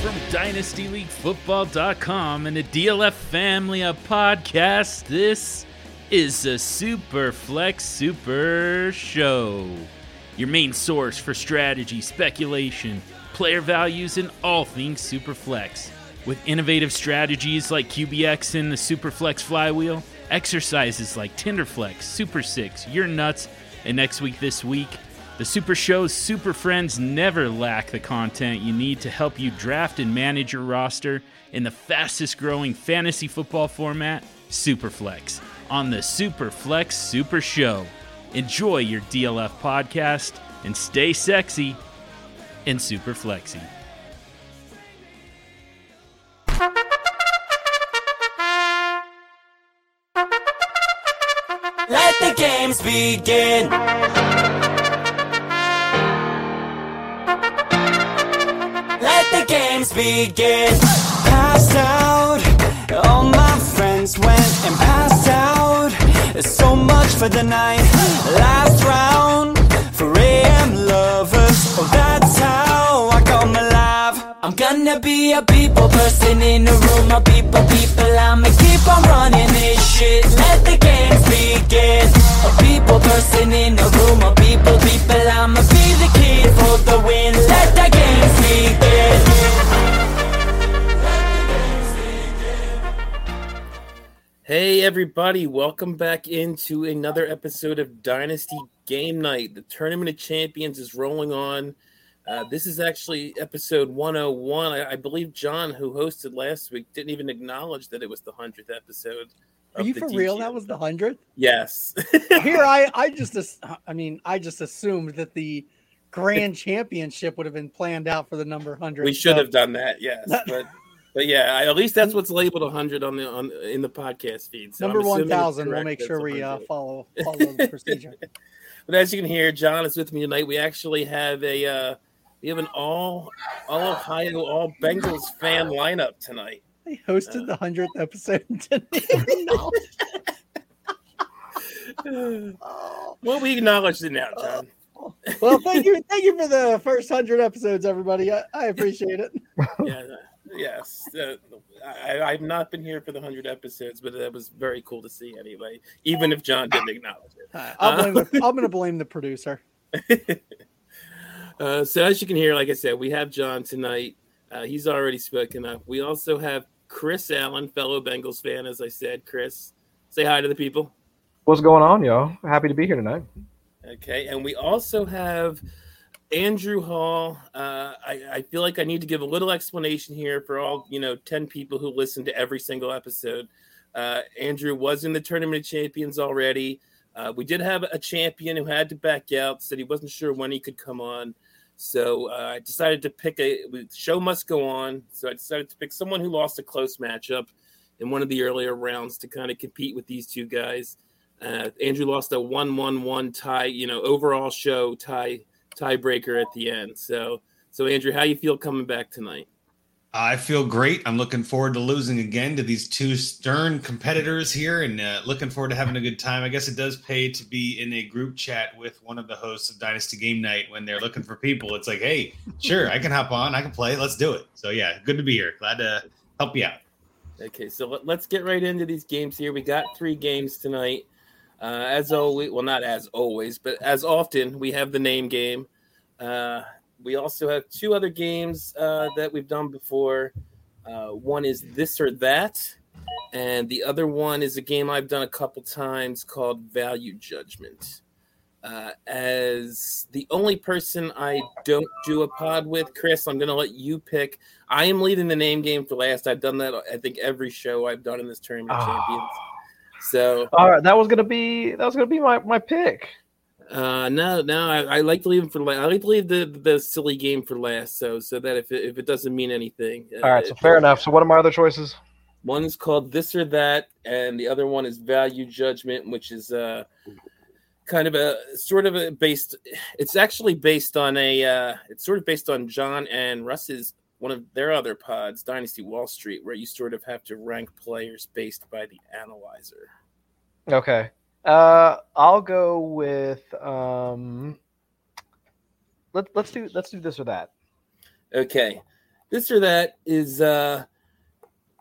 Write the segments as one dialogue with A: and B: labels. A: from DynastyLeagueFootball.com and the DLF Family of Podcasts. This is the Super Flex Super Show, your main source for strategy, speculation, player values, and all things Superflex. With innovative strategies like QBX and the Superflex Flywheel, exercises like Tinderflex, Super Six, Your Nuts, and next week this week. The Super Show's Super Friends never lack the content you need to help you draft and manage your roster in the fastest growing fantasy football format, Superflex, on the Superflex Super Show. Enjoy your DLF podcast and stay sexy and super flexy.
B: Let the games begin. Let the games begin. Passed out. All my friends went and passed out. So much for the night. Last round for AM lovers. Oh, that's how I come alive. I'm gonna be a people person in a room of people, people. I'ma keep on running this shit. Let the games begin. A people person in a room of people, people. I'ma be the kid for the win. Let the games begin.
C: Hey everybody, welcome back into another episode of Dynasty Game Night. The Tournament of Champions is rolling on. Uh, this is actually episode 101. I, I believe John, who hosted last week, didn't even acknowledge that it was the 100th episode.
D: Are
C: of
D: you
C: the
D: for real?
C: DGM.
D: That was the hundredth.
C: Yes.
D: Here, I, I just, as- I mean, I just assumed that the grand championship would have been planned out for the number hundred.
C: we should have done that, yes.
D: That-
C: But but yeah, I, at least that's what's labeled 100 on the on in the podcast feed. So I'm
D: number
C: assuming
D: one
C: it's
D: thousand. We'll
C: correct
D: make
C: that's
D: sure we uh,
C: 100.
D: follow follow the procedure.
C: But as you can hear, John is with me tonight. We actually have a uh, we have an all all Ohio all Bengals fan lineup tonight.
D: I hosted the hundredth episode. and didn't even know. Oh.
C: Well, we acknowledge it now, John.
D: Well, thank you, thank you for the first hundred episodes, everybody. I, I appreciate it.
C: yeah, yes. Uh, I, I've not been here for the hundred episodes, but that was very cool to see anyway. Even if John didn't acknowledge it.
D: I'll blame the, I'm going to blame the producer.
C: Uh, so as you can hear, like I said, we have John tonight. Uh, he's already spoken up. We also have Chris Allen, fellow Bengals fan, as I said. Chris, say hi to the people.
E: What's going on, y'all? Happy to be here tonight.
C: Okay, and we also have Andrew Hall. Uh, I, I feel like I need to give a little explanation here for all you know, ten people who listen to every single episode. Uh, Andrew was in the tournament of champions already. Uh, we did have a champion who had to back out, said he wasn't sure when he could come on. So uh, I decided to pick a the show must go on. So I decided to pick someone who lost a close matchup in one of the earlier rounds to kind of compete with these two guys. Uh, Andrew lost a one-one-one tie, you know, overall show tie tiebreaker at the end. So, so Andrew, how you feel coming back tonight?
F: I feel great. I'm looking forward to losing again to these two stern competitors here and uh, looking forward to having a good time. I guess it does pay to be in a group chat with one of the hosts of Dynasty Game Night when they're looking for people. It's like, hey, sure, I can hop on, I can play, let's do it. So, yeah, good to be here. Glad to help you out.
C: Okay, so let, let's get right into these games here. We got three games tonight. Uh, as always, well, not as always, but as often, we have the name game. Uh, we also have two other games uh, that we've done before. Uh, one is this or that, and the other one is a game I've done a couple times called Value Judgment. Uh, as the only person I don't do a pod with, Chris, I'm going to let you pick I am leading the name game for last. I've done that. I think every show I've done in this tournament of
E: Ah.
C: champions. So
E: All right, that was gonna be that was gonna be my, my pick.
C: uh, no, no, I, I like to leave it for last. I like to leave the, the silly game for last. So so that if it, if it doesn't mean anything.
E: All right,
C: uh,
E: so fair enough. So what are my other choices?
C: One is called this or that, and the other one is value judgment, which is uh kind of a sort of a based. It's actually based on a. Uh, it's sort of based on John and Russ's one of their other pods, Dynasty Wall Street, where you sort of have to rank players based by the analyzer.
E: Okay. Uh I'll go with um let, let's do let's do this or that.
C: Okay, This or that is uh,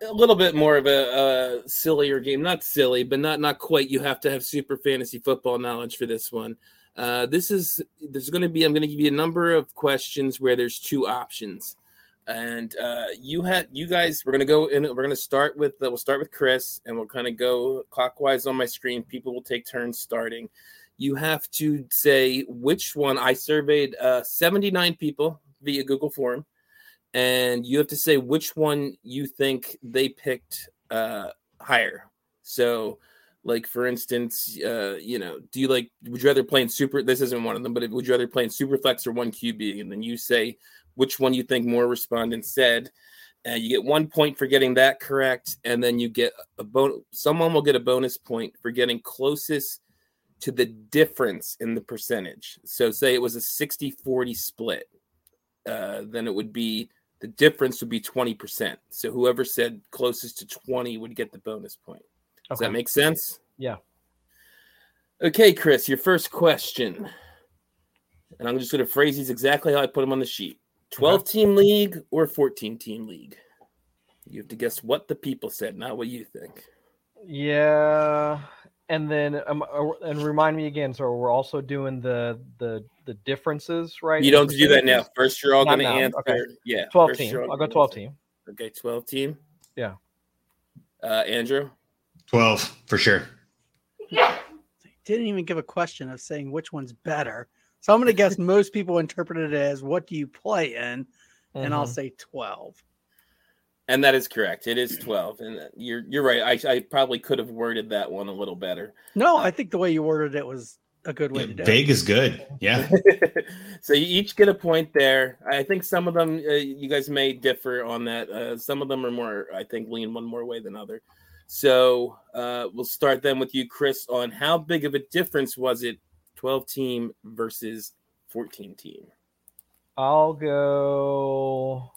C: a little bit more of a, a sillier game. Not silly, but not not quite. You have to have super fantasy football knowledge for this one. Uh, this is there's going to be. I'm going to give you a number of questions where there's two options, and uh, you had you guys. We're going to go in. We're going to start with. Uh, we'll start with Chris, and we'll kind of go clockwise on my screen. People will take turns starting. You have to say which one. I surveyed uh, 79 people via Google Form, and you have to say which one you think they picked uh, higher. So like for instance, uh, you know, do you like would you rather play in super this isn't one of them, but would you rather play in Superflex or one QB? And then you say which one you think more respondents said. Uh, you get one point for getting that correct, and then you get a bonus. Someone will get a bonus point for getting closest to the difference in the percentage. So, say it was a 60 40 split, uh, then it would be the difference would be 20%. So, whoever said closest to 20 would get the bonus point. Does that
E: Okay.
C: make sense?
E: Yeah.
C: Okay, Chris, your first question. And I'm just going to phrase these exactly how I put them on the sheet 12 team league or 14 team league? You have to guess what the people said, not what you think.
E: Yeah, and then um, uh, and remind me again. So we're also doing the the the differences, right?
C: You
E: in
C: don't have to do that now.
E: percentages?
C: First, you're all
E: Not
C: going to
E: now,
C: answer.
E: okay.
C: Yeah.
E: Twelve
C: first
E: team.
C: you're all
E: I'll go
C: gonna
E: twelve
C: answer.
E: team.
C: Okay, 12 team.
E: Yeah.
C: Uh, Andrew?
F: 12 for sure.
D: They didn't even give a question of saying which one's better. So I'm going to guess most people interpreted it as what do you play in? And I'll
E: Mhm.
D: say 12.
C: And that is correct. It is 12. And uh, you're you're right. I, I probably could have worded that one a little better.
D: No, I think the way you worded it was a good way to do it.
F: Vague is good. Yeah.
C: so you each get a point there. I think some of them uh, you guys may differ on that. Uh, some of them are more, I think, lean one more way than other. So uh, we'll start then with you, Chris, on how big of a difference was it, twelve team versus fourteen team?
E: I'll go.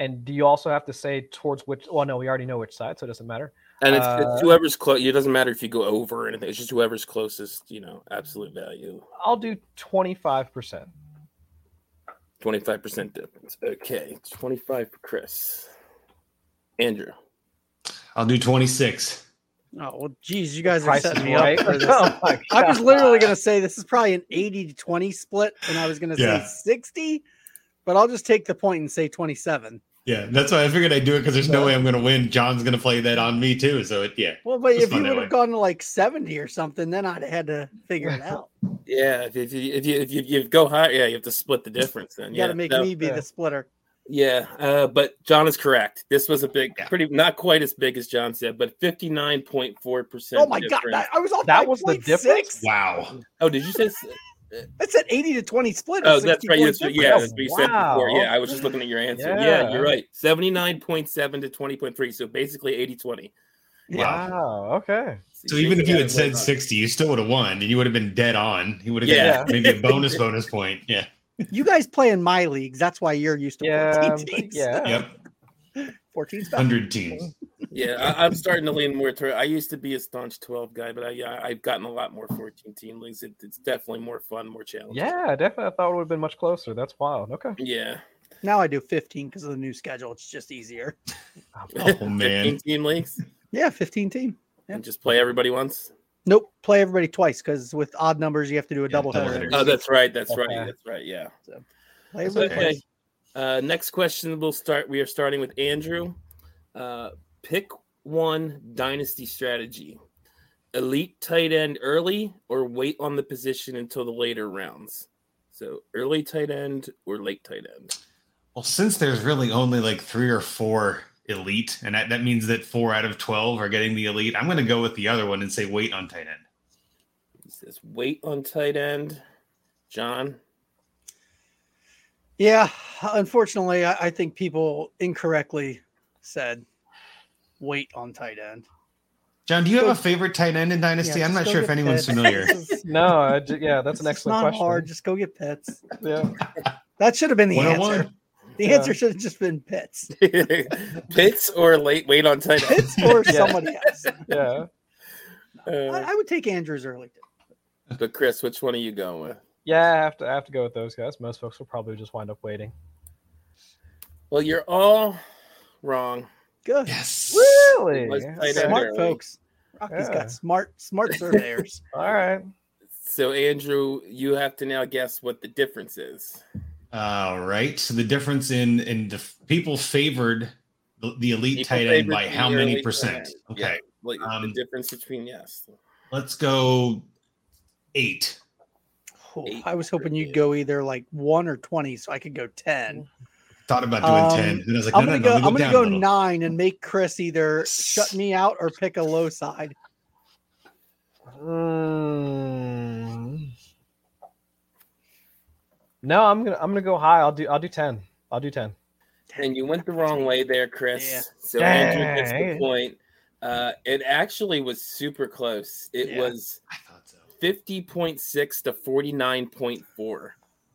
E: And do you also have to say towards which? Well, no, we already know which side, so it doesn't matter.
C: And it's,
E: Uh,
C: it's whoever's close. It doesn't matter if you go over or anything. It's just whoever's closest. You know, absolute value.
E: I'll do twenty five percent.
C: 25% difference. Okay. 25 for Chris. Andrew.
F: I'll do 26.
D: Oh, well, geez, you guys are
E: Price
D: setting
E: is
D: me up
E: right.
D: for this.
E: Oh my
D: I was
E: God.
D: literally going to say this is probably an 80 to 20 split, and I was going to
F: Yeah.
D: say 60, but I'll just take the point and say 27.
F: Yeah, that's why I figured I'd do it because there's no way I'm going to win. John's going to play that on me too. So, it, yeah.
D: Well, but
F: Let's
D: if you
F: find that
D: would
F: way.
D: have gone to like 70 or something, then I'd had to figure it out.
C: Yeah, if, if you if you if you, you go higher, yeah, you have to split the difference. Then
D: You
C: yeah,
D: got to make
C: no,
D: me be
E: yeah.
D: the splitter.
C: Yeah, uh, but John is correct. This was a big,
F: Yeah.
C: pretty not quite as big as John said, but fifty nine point four percent.
D: Oh my god, that, I was on
E: That was the
D: 9.6?
E: difference?
F: Wow.
C: Oh, did you say? s-
D: I said 80 to 20 split.
C: Oh, that's right. That's,
D: what,
C: yeah, that's what you said
E: Wow.
C: before. Yeah, I was just looking at your answer. Yeah,
E: Yeah.
C: you're right. Seventy nine point seven to twenty point three. So basically 80-20.
F: Wow.
E: Wow. Okay.
F: So, even if you had
C: Yeah.
F: said 60, you still would have won and you would have been dead on. You would have
C: Yeah.
F: gotten maybe a bonus bonus point. Yeah.
D: You guys play in my leagues. That's why you're used to
E: Yeah. um,
D: 14 teams.
E: Yeah.
F: Yep.
D: 14 's better.
F: 100 teams.
C: Yeah, I, I'm starting to lean more toward. I used to be a staunch 12 guy, but I, yeah, I've gotten a lot more 14 team leagues. It, it's definitely more fun, more challenging.
E: Yeah, definitely. I thought it would have been much closer. That's wild. Okay.
C: Yeah.
D: Now I do 15 because of the new schedule. It's just easier.
F: Oh, man.
C: 15 team leagues
D: Yeah, 15 team. Yeah.
C: and just play everybody once.
D: Nope. Play everybody twice because with odd numbers, you have to do a double header.
F: doubleheader.
C: Oh, that's right. That's right.
E: Okay.
C: That's right. Yeah.
D: Play everybody
C: Okay.
D: twice.
C: Uh, next question. We'll start. We are starting with Andrew. Uh, pick one dynasty strategy: elite tight end early, or wait on the position until the later rounds. So early tight end or late tight end.
F: Well, since there's really only like three or four elite, and that, that means that four out of 12 are getting the elite, I'm going to go with the other one and say wait on tight end.
C: He says wait on tight end. John.
D: Yeah. Unfortunately, I, I think people incorrectly said wait on tight end.
F: John, do you have a favorite tight end in Dynasty?
D: Yeah,
F: I'm
D: just
F: not
D: go
F: sure if
D: get
F: anyone's
D: Pitts.
F: familiar.
D: This is-
E: No, I ju- yeah, that's an
D: this is
E: excellent
D: not
E: question.
D: hard. Just go get pits.
E: Yeah.
D: That should have been the answer.
F: 101.
D: The
E: Yeah.
D: answer should have just been pits.
C: Pitts or late wait on tight end.
D: Pits or
E: Yeah.
D: somebody else.
E: Yeah.
D: I,
C: Uh,
D: I would take Andrews early.
C: but Chris, which one are you going with?
E: Yeah, I have to I have to go with those guys. Most folks will probably just wind up waiting.
C: Well, you're all wrong.
D: Good.
F: Yes.
E: Really?
C: Let's play that
D: Smart
C: early.
D: folks. Rocky's
E: Yeah.
D: got smart, smart surveyors.
E: All right.
C: So, Andrew, you have to now guess what the difference is.
F: All right. So the difference in in the people favored the, the elite
C: People
F: tight end
C: favored
F: by
C: the
F: how many
C: elite tight
F: percent?
C: end.
F: Okay.
C: Yeah. Like the
F: Um,
C: difference between yes.
F: Let's go eight.
D: Oh, I was hoping you'd go either like one or twenty, so I could go ten.
F: Thought about doing
D: Um,
F: ten. Then I was like,
D: I'm
F: no,
D: gonna
F: no,
D: go.
F: no, let me
D: I'm gonna
F: down a
D: go
F: little.
D: nine and make Chris either shut me out or pick a low side.
E: Mm. No, I'm gonna I'm gonna go high. I'll do I'll do ten. I'll do ten.
C: And you went the wrong way there, Chris.
D: Yeah.
C: So Andrew gets the
E: Dang.
C: point. Uh, it actually was super close. It
D: Yeah.
C: was
F: I thought so.
C: 50.6 to 49.4.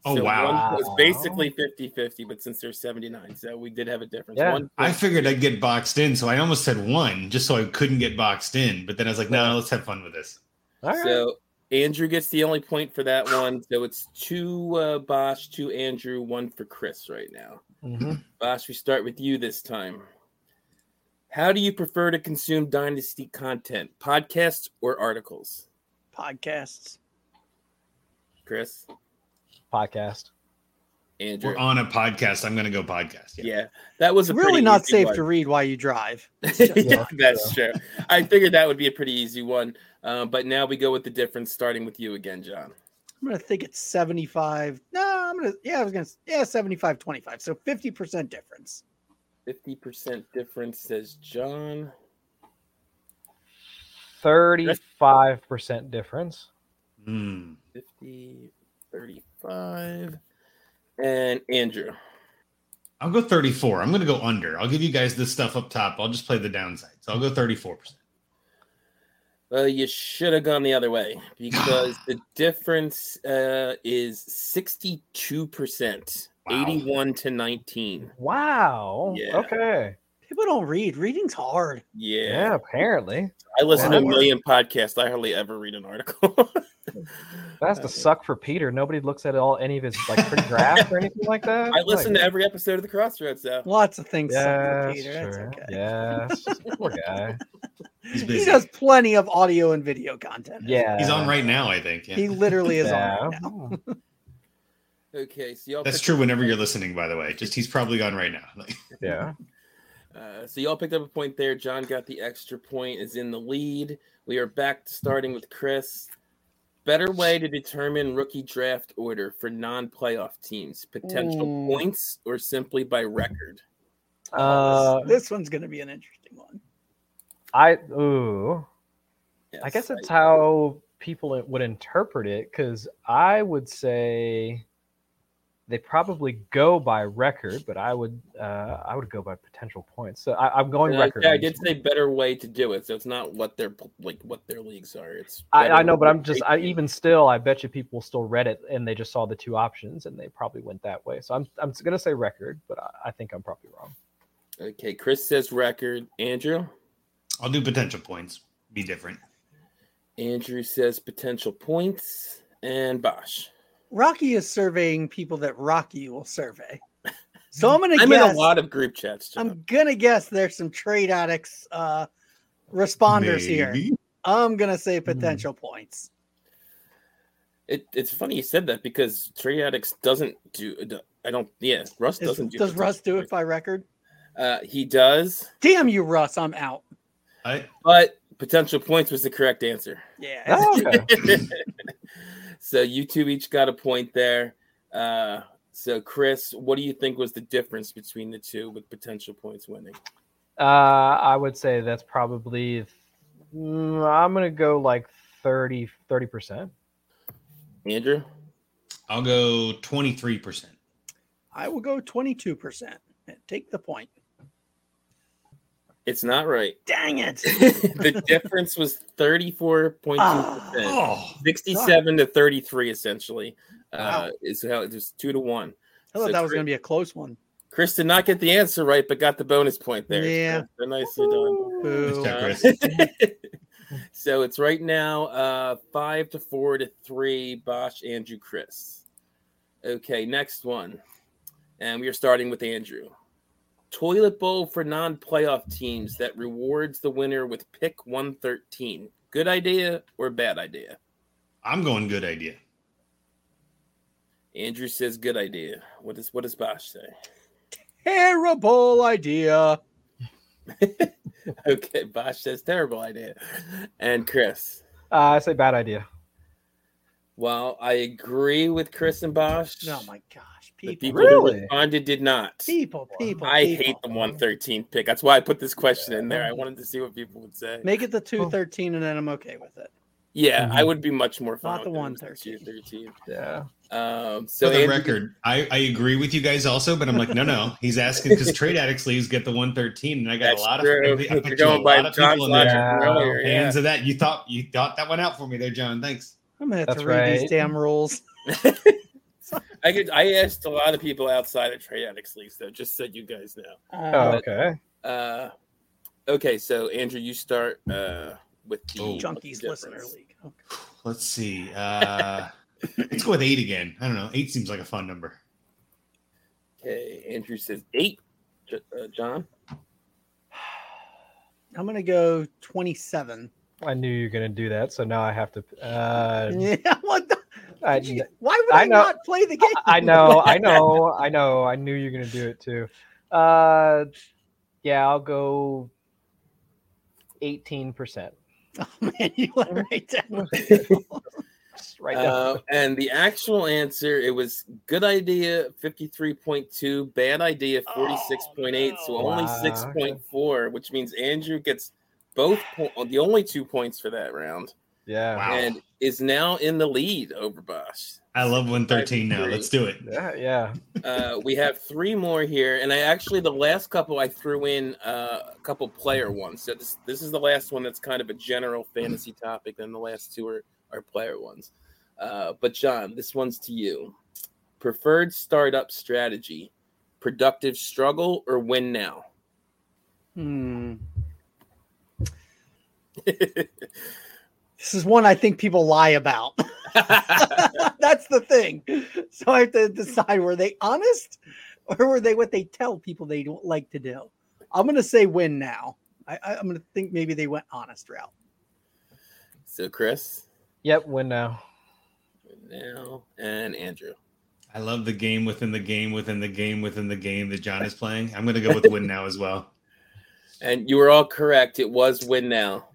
F: Oh,
C: So
F: wow.
C: one- It
E: Wow.
C: was basically 50 50, but since there's 79, so we did have a difference.
E: Yeah.
C: One
F: I
C: point-
F: figured I'd get boxed in, so I almost said one just so I couldn't get boxed in. But then I was like, no, no, let's have fun with this.
E: All right.
C: So Andrew gets the only point for that one. So it's two uh, Bosch, two Andrew, one for Chris right now.
E: Mhm.
C: Bosch, we start with you this time. How do you prefer to consume Dynasty content, podcasts or articles?
D: Podcasts.
C: Chris,
E: Podcast.
C: Andrew.
F: We're on a podcast. I'm gonna go podcast.
C: yeah. that was
D: It's
C: a
D: really
C: pretty
D: not
C: easy
D: safe
C: one.
D: to read while you drive.
C: yeah, that's true. I figured that would be a pretty easy one. Uh, but now we go with the difference, starting with you again, John.
D: I'm gonna think it's 75. No, I'm gonna. Yeah, I was gonna. Yeah, 75, 25. So 50 percent difference.
C: 50% difference, says John.
E: Thirty-five percent difference.
F: Hmm.
C: 50, 35. And Andrew.
F: I'll go 34. I'm gonna go under. I'll give you guys this stuff up top. I'll just play the downside. So I'll go 34. percent
C: Well, Uh, you should have gone the other way because the difference uh, is 62%,
F: Wow.
C: 81 to 19.
E: Wow.
C: Yeah.
E: Okay.
D: People don't read. Reading's hard.
C: Yeah.
E: Yeah. Apparently,
C: I listen to a
F: Wow.
C: million podcasts. I hardly ever read an article.
E: that's the suck for Peter. Nobody looks at all any of his like pretty draft or anything like that.
C: I listen to
E: Like,
C: every episode of The Crossroads, though.
D: Lots of things. suck for
E: Yes,
D: Peter. That's
E: sure.
D: okay.
E: Yes. Poor guy.
F: He's
D: He
F: busy.
D: does plenty of audio and video content.
E: Yeah.
F: He's on right now, I think. Yeah.
D: He literally is
E: Yeah.
D: on right now.
C: Okay, so y'all
F: That's
C: picked
F: true
C: up-
F: whenever you're listening, by the way. Just he's probably on right now. Like,
E: Yeah.
C: Uh, so y'all picked up a point there. John got the extra point, is in the lead. We are back to starting with Chris. Better way to determine rookie draft order for non-playoff teams: potential
D: Ooh.
C: points or simply by record.
E: Uh,
D: this one's gonna be an interesting one.
E: I ooh. I
C: Yes,
E: guess it's how people would interpret it because I would say they probably go by record, but I would uh, I would go by potential points. So I, I'm going
C: Yeah,
E: record.
C: yeah, I
E: on
C: did
E: this
C: say better way to do it, so it's not what their like what their leagues are. It's
E: one.
C: better
E: I, I know, but
C: way
E: I'm just
C: to
E: I
C: do it.
E: even still I bet you people still read it and they just saw the two options and they probably went that way. So I'm I'm gonna say record, but I, I think I'm probably wrong.
C: okay. Chris says record. Andrew.
F: I'll do potential points. Be different.
C: Andrew says potential points. And Bosh.
D: Rocky is surveying people that Rocky will survey. So I'm gonna
C: Mm-hmm. I'm
D: guess.
C: in a lot of group chats. John.
D: I'm gonna guess there's some trade addicts uh, responders here.
F: Maybe.
D: I'm gonna say
C: Mm-hmm.
D: potential points.
C: It, it's funny you said that because Trey Addicts doesn't do. I don't. Yeah, Russ
D: Is-
C: doesn't. Do
D: does Russ do
C: potential
D: it by record?
C: points. Uh, he does,
D: Damn you, Russ! I'm out.
F: I,
C: but potential points was the correct answer.
D: Yeah,
E: Oh, okay.
C: so you two each got a point there. Uh, so Chris, what do you think was the difference between the two with potential points winning?
E: uh, I would say that's probably mm, I'm gonna go like 30 30 percent.
C: Andrew,
F: I'll go 23%.
D: I will go 22 percent. Take the point.
C: it's not right.
D: Dang it!
C: the difference was thirty-four point two percent.
F: Oh,
C: 67 to 33 essentially uh is how it was two to one
D: I thought
C: So
D: that was
C: Chris-
D: gonna be a close one.
C: chris did not get the answer right but got the bonus point there
D: Yeah.
C: so, they're nicely done
D: Boo.
F: job, Chris.
C: Uh, so it's right now uh five to four to three bosch andrew chris okay next one and we are starting with andrew toilet bowl for non-playoff teams that rewards the winner with pick 113. Good idea or bad idea?
F: I'm going good idea.
C: Andrew says good idea. What does what does Bosch say?
D: Terrible idea.
C: Okay, Bosch says terrible idea. And Chris,
E: Uh, I say bad idea.
C: well, I agree with Chris and Bosch.
D: Oh my gosh,
C: the
D: people,
C: people who
E: Really?
C: responded did not.
D: people, people.
C: I
D: people.
C: hate the 113 pick. That's why I put this question in there. I wanted to see what people would say.
D: Make it the two thirteen, and then I'm okay with it.
C: Yeah, I
E: Mhm.
C: would be much more fun
D: Not the
C: with it if it
D: 113.
C: was the 213.
E: Yeah.
C: Um, so
F: For the
C: Andrew-
F: record, I, I agree with you guys also, but I'm like, no, no. He's asking because trade addicts leaves get the 113, and I got
C: That's
F: a lot
C: true.
F: of. I
C: You're
F: bet you a
C: going by
F: lot of
C: John's
F: people in
E: logic.
F: their
E: Yeah.
C: earlier, yeah.
F: hands of that. You thought you thought that one out for me there, John. Thanks.
D: I'm gonna have
E: That's
D: to read these
E: right.
D: damn rules.
C: I could, I asked a lot of people outside of Trade Addicts Leagues, though, just so you guys know.
E: Oh,
D: Uh,
E: okay.
C: Uh, okay, so Andrew, you start uh, with the
F: Oh.
D: Junkies
C: difference.
D: listener league. Okay.
F: Let's see. Uh, let's go with eight again. I don't know. Eight seems like a fun number.
C: Okay, Andrew says eight. J- uh, John,
D: I'm gonna go twenty seven.
E: I knew you were gonna do that, so now I have to. Uh,
D: Yeah, what the,
E: I,
D: did you- why would I,
E: I know-
D: not play the game?
E: I know, I know, I know. I knew you were gonna do it too. Uh, yeah, I'll go eighteen percent.
D: Oh man, you went right down.
E: Right now.
C: uh, and the actual answer it was good idea fifty three point two, bad idea forty six point eight, so
E: no.
C: only
E: Wow, okay.
C: six point four, which means Andrew gets both po- the only two points for that round,
E: yeah.
F: Wow.
C: and is now in the lead over Bosch.
F: I love 113 now. Let's do it.
E: Yeah, yeah.
C: uh, we have three more here, and I actually the last couple I threw in uh, a couple player ones. So this this is the last one that's kind of a general fantasy topic, and the last two are are player ones. Uh, but John, this one's to you. Preferred startup strategy: productive struggle or win now.
D: Hmm. This is one I think people lie about. That's the thing. So I have to decide were they honest or were they what they tell people they don't like to do? I'm going to say win now. I, I, I'm going to think maybe they went honest route.
C: so Chris,
E: Yep. Win now.
C: win now, and Andrew.
F: I love the game within the game within the game within the game that John is playing. I'm going to go with win now as well.
C: And you were all correct. It was win now.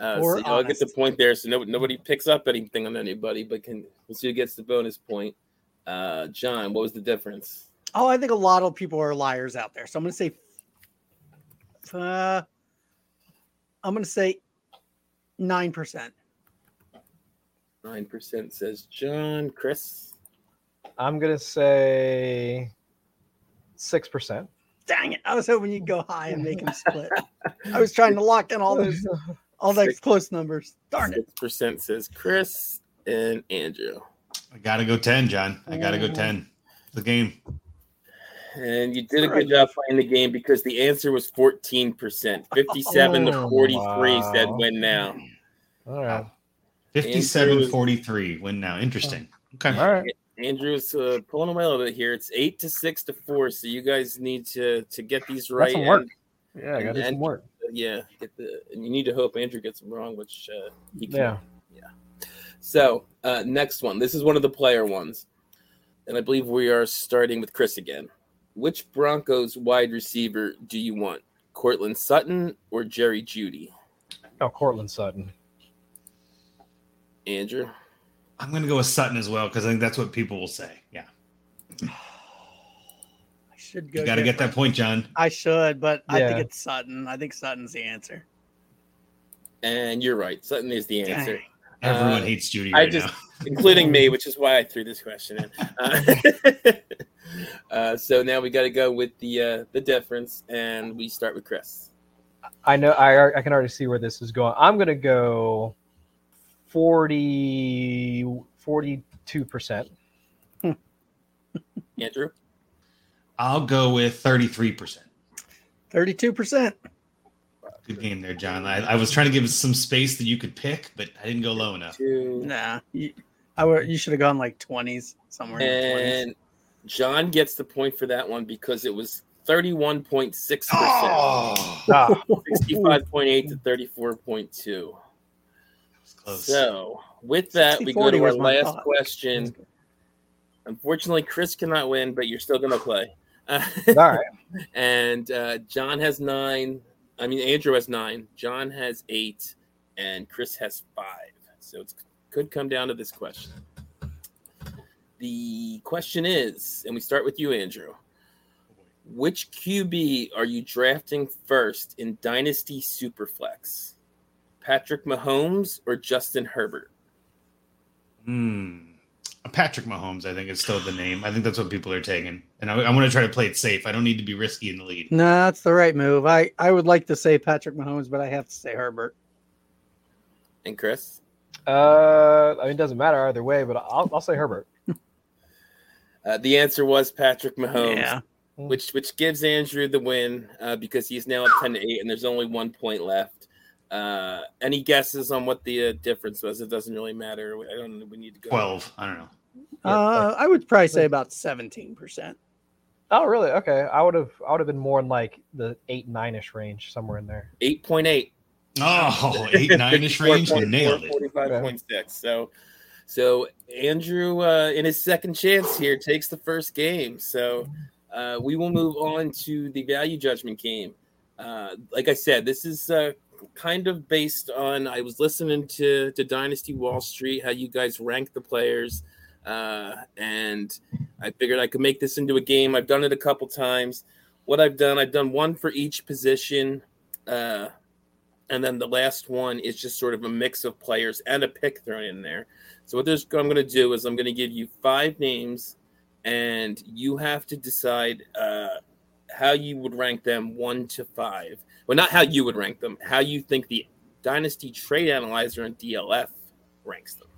C: Uh,
D: Or
C: so I'll get the
D: honest.
C: point there. So no, nobody picks up anything on anybody, but can we'll see who gets the bonus point. Uh, John, what was the difference?
D: Oh, I think a lot of people are liars out there. So I'm going to say, uh, I'm going to say 9%.
C: Nine percent says John. Chris,
E: I'm gonna say six percent.
D: Dang it. I was hoping you'd go high and make them split. I was trying to lock in all those, all those
C: Six.
D: close numbers. Darn it.
C: six percent says Chris and Andrew.
F: I got to go 10, John. I got to go 10. The game.
C: And you did a
D: Right.
C: good job playing the game because the answer was fourteen percent. Fifty-seven to
E: Oh,
C: forty-three said
E: wow.
C: win now.
E: All right.
F: 57 43. Win now. Interesting. Okay.
E: All right.
C: Andrew's uh, pulling away a little bit here. It's eight to six to four, so you guys need to to get these right.
E: some
C: and-
E: work. Yeah, I
C: And
E: got to do
C: then-
E: some work.
C: yeah, get the. and You need to hope Andrew gets them wrong, which uh, he can.
E: Yeah.
C: So uh, next one. This is one of the player ones, and I believe we are starting with Chris again. Which Broncos wide receiver do you want, Cortland Sutton or Jerry Judy?
E: Oh, Cortland Sutton.
C: Andrew,
F: I'm going to go with Sutton as well because I think that's what people will say. Yeah.
D: I should go.
F: You got to get
D: different.
F: that point, John.
D: I should, but I think
E: Yeah.
D: it's Sutton. I think Sutton's the answer.
C: and you're right. Sutton is the answer.
D: Dang.
C: Uh,
F: Everyone hates Judy
C: I
F: right
C: just-
F: now.
C: including me, which is why I threw this question in. Uh, uh, so now we got to go with the uh, the difference, and we start with Chris.
E: I know. I al- I can already see where this is going. I'm gonna go 40 42 percent.
C: Andrew,
F: I'll go with 33%.
D: 32%.
F: Good game there, John. I, I was trying to give some space that you could pick, but I didn't go low enough.
C: two,
D: Nah. You, I would, you should have gone like 20s, somewhere in the 20s.
C: and John gets the point for that one because it was 31.6 percent,
F: Oh,
E: Ah,
C: 65.8 to 34.2.
F: close.
C: So, with that, we go
D: 60-40
C: to our
D: was my
C: last
D: thought.
C: question. Unfortunately, Chris cannot win, but you're still going to play. Uh,
E: all right.
C: and uh, John has nine. I mean, Andrew has nine. John has eight, and Chris has five. So it could come down to this question. The question is, and we start with you, Andrew. Which QB are you drafting first in Dynasty Superflex? Patrick Mahomes or Justin Herbert?
F: Hmm. Patrick Mahomes, I think, is still the name. I think that's what people are taking. And I, I want to try to play it safe. I don't need to be risky in the lead.
D: No, that's the right move. I, I would like to say Patrick Mahomes, but I have to say Herbert.
C: And Chris?
E: Uh, I mean, it doesn't matter either way, but I'll, I'll say Herbert.
C: Uh, the answer was Patrick
F: Oh,
C: Mahomes.
D: Yeah.
E: Hmm.
C: which which gives Andrew the win uh, because he's now up ten to eight, and there's only one point left. Uh, any guesses on what the uh, difference was? It doesn't really matter. I don't. We need to go.
F: 12. I don't know.
D: Uh, I would probably say about 17%.
E: Oh, really? Okay. I would have. I would have been more in like the eight nine ish range, somewhere in there.
C: eight point eight.
F: Oh, 8 9 ish range. You nailed it.
C: Forty-five point six. So, so Andrew uh, in his second chance here takes the first game. So, uh, we will move on to the value judgment game. Uh, like I said, this is uh, kind of based on I was listening to to Dynasty Wall Street how you guys rank the players, uh, and I figured I could make this into a game. I've done it a couple times. What I've done, I've done one for each position. Uh, and then the last one is just sort of a mix of players and a pick thrown in there. So what this, I'm going to do is I'm going to give you five names, and you have to decide uh, how you would rank them one to five. Well, not how you would rank them, how you think the Dynasty Trade Analyzer and DLF ranks them.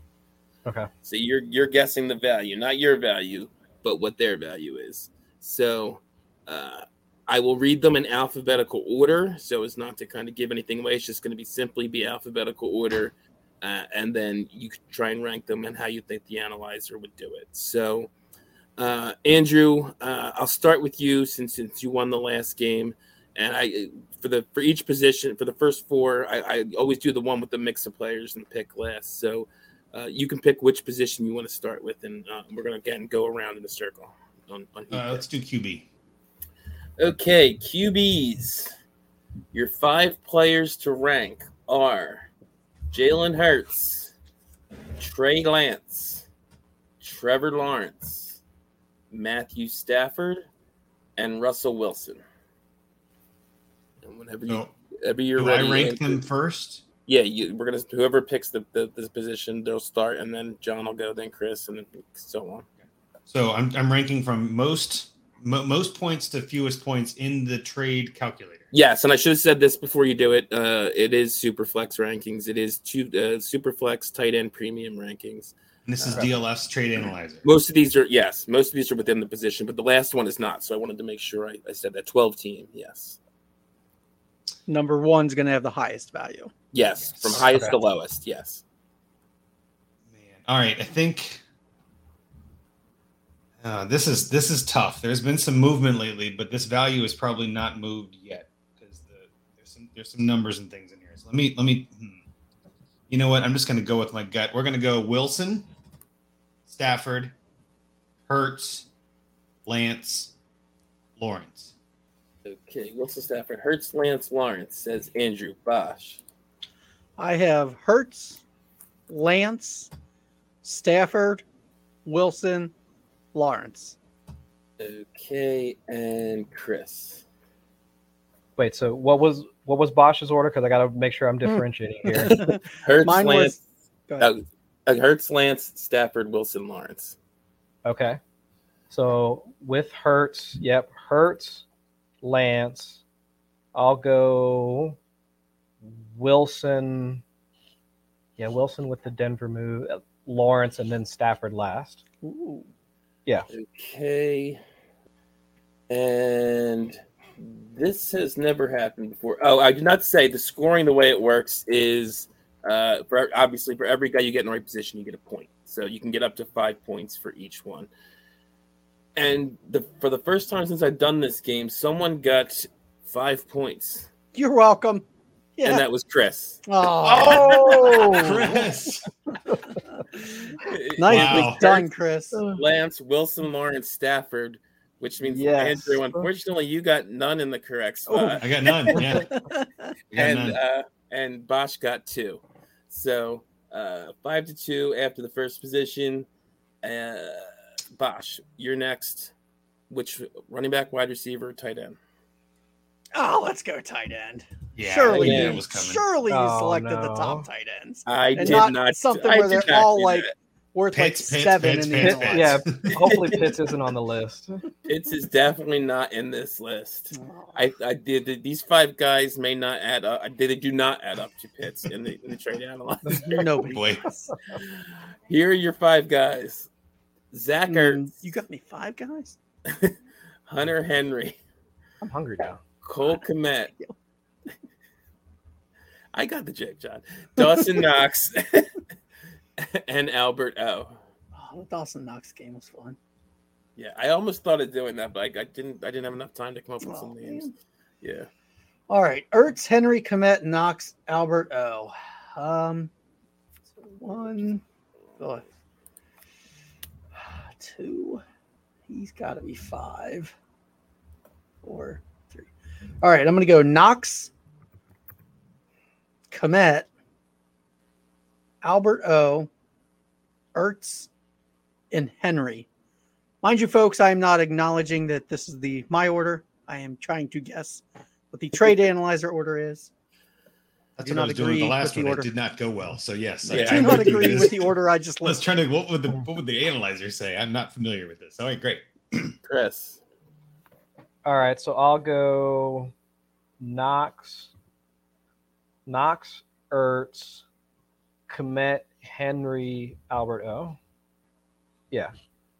E: Okay.
C: So you're you're guessing the value, not your value, but what their value is. So uh, I will read them in alphabetical order, so as not to kind of give anything away. It's just going to be simply be alphabetical order, uh, and then you can try and rank them and how you think the analyzer would do it. So, uh, Andrew, uh, I'll start with you since since you won the last game, and I for the for each position for the first four, I, I always do the one with the mix of players and pick last. So. Uh, you can pick which position you want to start with, and uh, we're going to again go around in a circle. On, on who picks.
F: Uh, let's do QB.
C: Okay, QBs. Your five players to rank are Jalen Hurts, Trey Lance, Trevor Lawrence, Matthew Stafford, and Russell Wilson. And whenever you,
F: So,
C: whenever you're
F: Oh, do
C: ready,
F: I rank
C: Andrew-
F: them first?
C: yeah, you, we're gonna whoever picks the, the this position, they'll start, and then John will go, then Chris, and then so on.
F: So I'm, I'm ranking from most mo- most points to fewest points in the trade calculator.
C: Yes, and I should have said this before you do it. Uh, it is Superflex rankings. It is two uh, Superflex tight end premium rankings.
F: And this is
C: Uh-huh.
E: Okay.
F: DLF's trade analyzer.
C: Most of these are yes, most of these are within the position, but the last one is not. So I wanted to make sure I, I said that twelve team. Yes,
D: Number one's going to have the highest value.
C: yes, from
F: Yes.
C: highest
E: Okay.
C: to lowest. Yes,
F: All right, I think uh, this is this is tough. There's been some movement lately, but this value is probably not moved yet because the, there's some there's some numbers and things in here. So let me let me. Hmm. You know what? I'm just going to go with my gut. We're going to go Wilson, Stafford, Hertz, Lance, Lawrence.
C: okay. Wilson Stafford, Hertz, Lance, Lawrence says Andrew Bosch.
D: I have Hertz, Lance, Stafford, Wilson, Lawrence.
C: Okay, and Chris.
E: Wait. So what was what was Bosch's order? Because I got to make sure I'm differentiating here.
C: Hertz,
D: Mine
C: Lance,
D: was. Go ahead.
C: uh, Hertz, Lance, Stafford, Wilson, Lawrence.
E: Okay. So with Hertz, yep, Hertz, Lance. I'll go Wilson. Yeah, Wilson with the Denver move, uh, Lawrence, and then Stafford last.
D: Ooh.
C: Okay. And this has never happened before. Oh, I did not say the scoring the way it works is uh, for, obviously for every guy you get in the right position, you get a point. So you can get up to five points for each one. and the, for the first time since I've done this game, someone got five points,
D: You're welcome. Yeah.
C: and that was Chris.
D: oh,
E: Oh,
F: Chris.
D: nicely
F: Wow.
D: done, Chris.
C: Uh, Lance Wilson Lawrence Stafford, which means
E: Yes.
C: Andrew. Unfortunately, you got none in the correct spot,
F: I got none. Yeah. I got
C: and
F: none.
C: uh, and Bosch got two. So uh, five to two after the first position. Uh, Bosch, you're next. Which running back, wide receiver, tight end?
D: Oh, let's go tight end.
F: yeah,
D: surely
F: I knew
C: you-
F: it was coming.
D: Surely you
E: Oh,
D: selected the
E: no.
D: top tight ends.
C: I
D: And
C: did
D: not
C: not,
D: something
C: I
D: where
C: did
D: they're
C: not
D: all
C: do
D: like
C: that.
D: Worth
F: Pits,
D: like
F: pits,
D: seven
F: pits,
D: in
F: pits,
D: the
F: pits.
D: end.
E: yeah. Hopefully, Pitts isn't on the list.
C: Pitts is definitely not in this list. I, I did the, these five guys may not add up. I did they do not add up to Pitts in the, in the trade analyzer.
D: Nobody.
F: Boy.
D: does.
C: Here are your five guys: Zach
D: Mm,
C: Ertz,
D: you got me five guys.
C: Hunter Henry,
E: I'm hungry now.
C: Cole Komet. I got the joke, John. Dawson Knox and Albert O.
D: Oh, the Dawson Knox game was fun.
C: Yeah, I almost thought of doing that, but I, I didn't. I didn't have enough time to come up with
D: Oh,
C: some names.
D: man.
C: Yeah,
D: All right, Ertz, Henry, Komet, Knox, Albert O. Um, one, oh, two. He's got to be five, four, three. All right, I'm gonna go Knox, Komet, Albert O, Ertz, and Henry. Mind you, folks, I am not acknowledging that this is the my order. I am trying to guess what the trade analyzer order is.
F: That's
D: do not
F: what I was doing with
D: agree
F: the
D: with
F: last
D: the
F: one.
D: order.
F: It did not go well. So yes,
C: Yeah.
F: I,
D: do
F: I
D: not
F: would think
D: agree
F: it is.
D: with the order I just
F: Let's
D: listed.
F: try to. What would the what would the analyzer say? I'm not familiar with this. All right, great.
C: Chris.
E: All right, so I'll go Knox, Knox, Ertz, Komet, Henry, Albert O. Yeah,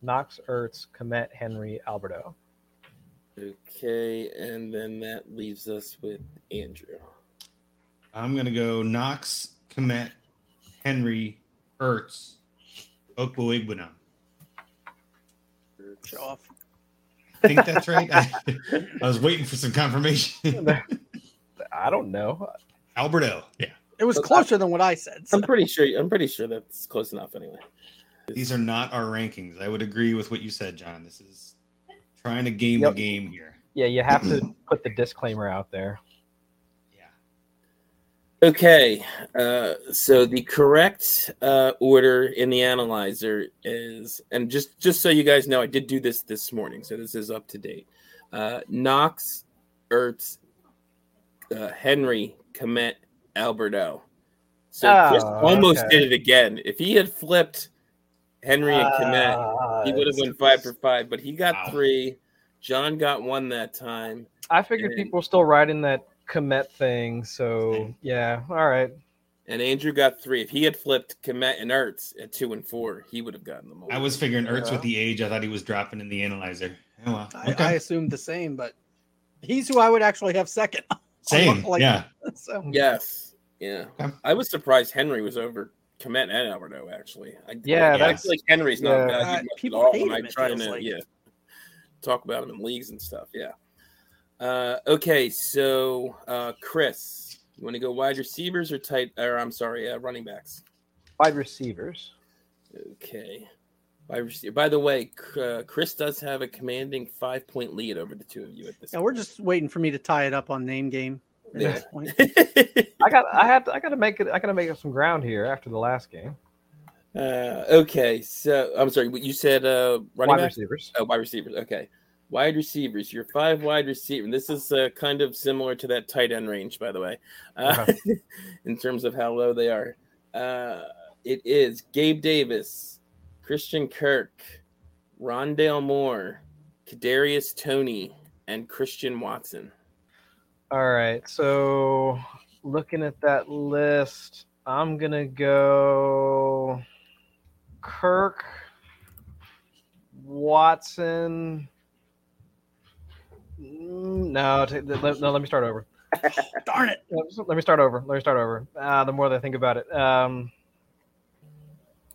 E: Knox, Ertz, Komet, Henry, Albert O.
C: Okay, and then that leaves us with Andrew.
F: I'm gonna go Knox, Komet, Henry, Ertz, Okboigbenam.
D: Show off.
F: I think that's right. I, I was waiting for some confirmation.
E: I don't know.
F: Alberto. Yeah.
D: It was
C: Okay.
D: closer than what I said. so-
C: I'm pretty sure. I'm pretty sure that's close enough. Anyway,
F: These are not our rankings. I would agree with what you said, John. This is trying to game
E: Yep.
F: the game here.
E: Yeah, you have to put the disclaimer out there.
F: Yeah.
C: okay. Uh, so the correct uh, order in the analyzer is, and just just so you guys know, I did do this this morning, so this is up to date. Uh, Knox, Ertz, uh, Henry, Komet, Alberto. So Chris
E: Oh,
C: almost
E: okay.
C: did it again. If he had flipped Henry and Komet,
E: Ah,
C: he would have been five for five, but he got
F: Wow.
C: three. John got one that time.
E: I figured people were still riding that Komet thing, so yeah. All right.
C: And Andrew got three. If he had flipped Komet and Ertz at two and four, he would have gotten them all.
F: I was figuring Ertz
E: Yeah.
F: with the age. I thought he was dropping in the analyzer. Oh well.
D: I,
F: Okay.
D: I assumed the same, but he's who I would actually have second.
F: Same.
D: like-
F: yeah.
D: So
C: Yes. Yeah.
F: Okay.
C: I was surprised Henry was over Komet and Alberto, actually. I,
E: Yeah,
C: I
F: that's-
C: feel like Henry's not
E: Yeah.
C: valued
D: Uh,
C: much
D: people
C: at all
D: hate
C: when
D: him,
C: I'm
D: it
C: trying
D: feels
C: to
D: like.
C: yeah, talk about him in leagues and stuff. Yeah. Uh, okay, so uh, Chris, you want to go wide receivers or tight, or I'm sorry, uh, running backs?
E: Wide receivers.
C: Okay. By, rece- by the way, C- uh, Chris does have a commanding five point lead over the two of you at this
D: yeah, we're just waiting for me to tie it up on name game at
C: Yeah.
D: this point.
C: point.
E: I got. I have. To, I got to make it. I got to make up some ground here after the last game.
C: uh, okay. So I'm sorry. what You said uh, running
E: Wide
C: back?
E: receivers.
C: Oh, wide receivers. Okay. Wide receivers. Your five wide receiver. And this is uh, kind of similar to that tight end range, by the way, uh, in terms of how low they are. Uh, it is Gabe Davis, Christian Kirk, Rondale Moore, Kadarius Tony, and Christian Watson.
E: All right. So looking at that list, I'm gonna go Kirk, Watson. Mm, No, t- let, no. Let me start over.
D: Darn it.
E: Let me start over. Let me start over. Uh, the more that I think about it, um,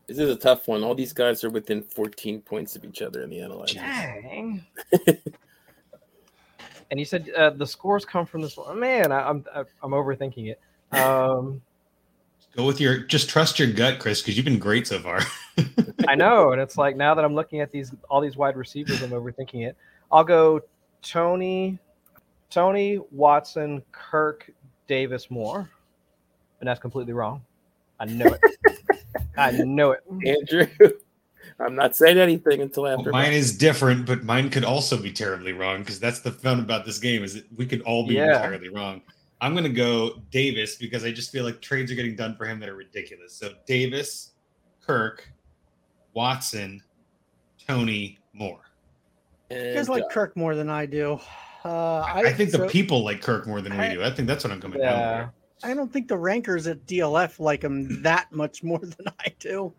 C: This is a tough one. All these guys are within 14 points of each other in the analyzer.
E: Dang. and you said uh, the scores come from this one. Man, I, I'm I'm overthinking it. Um,
F: Go with your just trust your gut, Chris, because you've been great so far.
E: I know, and it's like now that I'm looking at these all these wide receivers, I'm overthinking it. I'll go Tony, Tony Watson, Kirk, Davis, Moore, and that's completely wrong. I know it. I know it.
C: Andrew, I'm not saying anything until
F: Well,
C: after.
F: mine is different, but mine could also be terribly wrong because that's the fun about this game is that we could all be
E: Yeah.
F: entirely wrong. I'm gonna go Davis because I just feel like trades are getting done for him that are ridiculous. So Davis, Kirk, Watson, Tony, Moore.
D: You
C: and, uh,
D: guys like Kirk more than I do. Uh, I,
F: I, think the
D: so-
F: people like Kirk more than we
D: I-
F: do. I think that's what I'm coming down
E: Yeah.
F: with.
D: I don't think the rankers at DLF like him that much more than I do.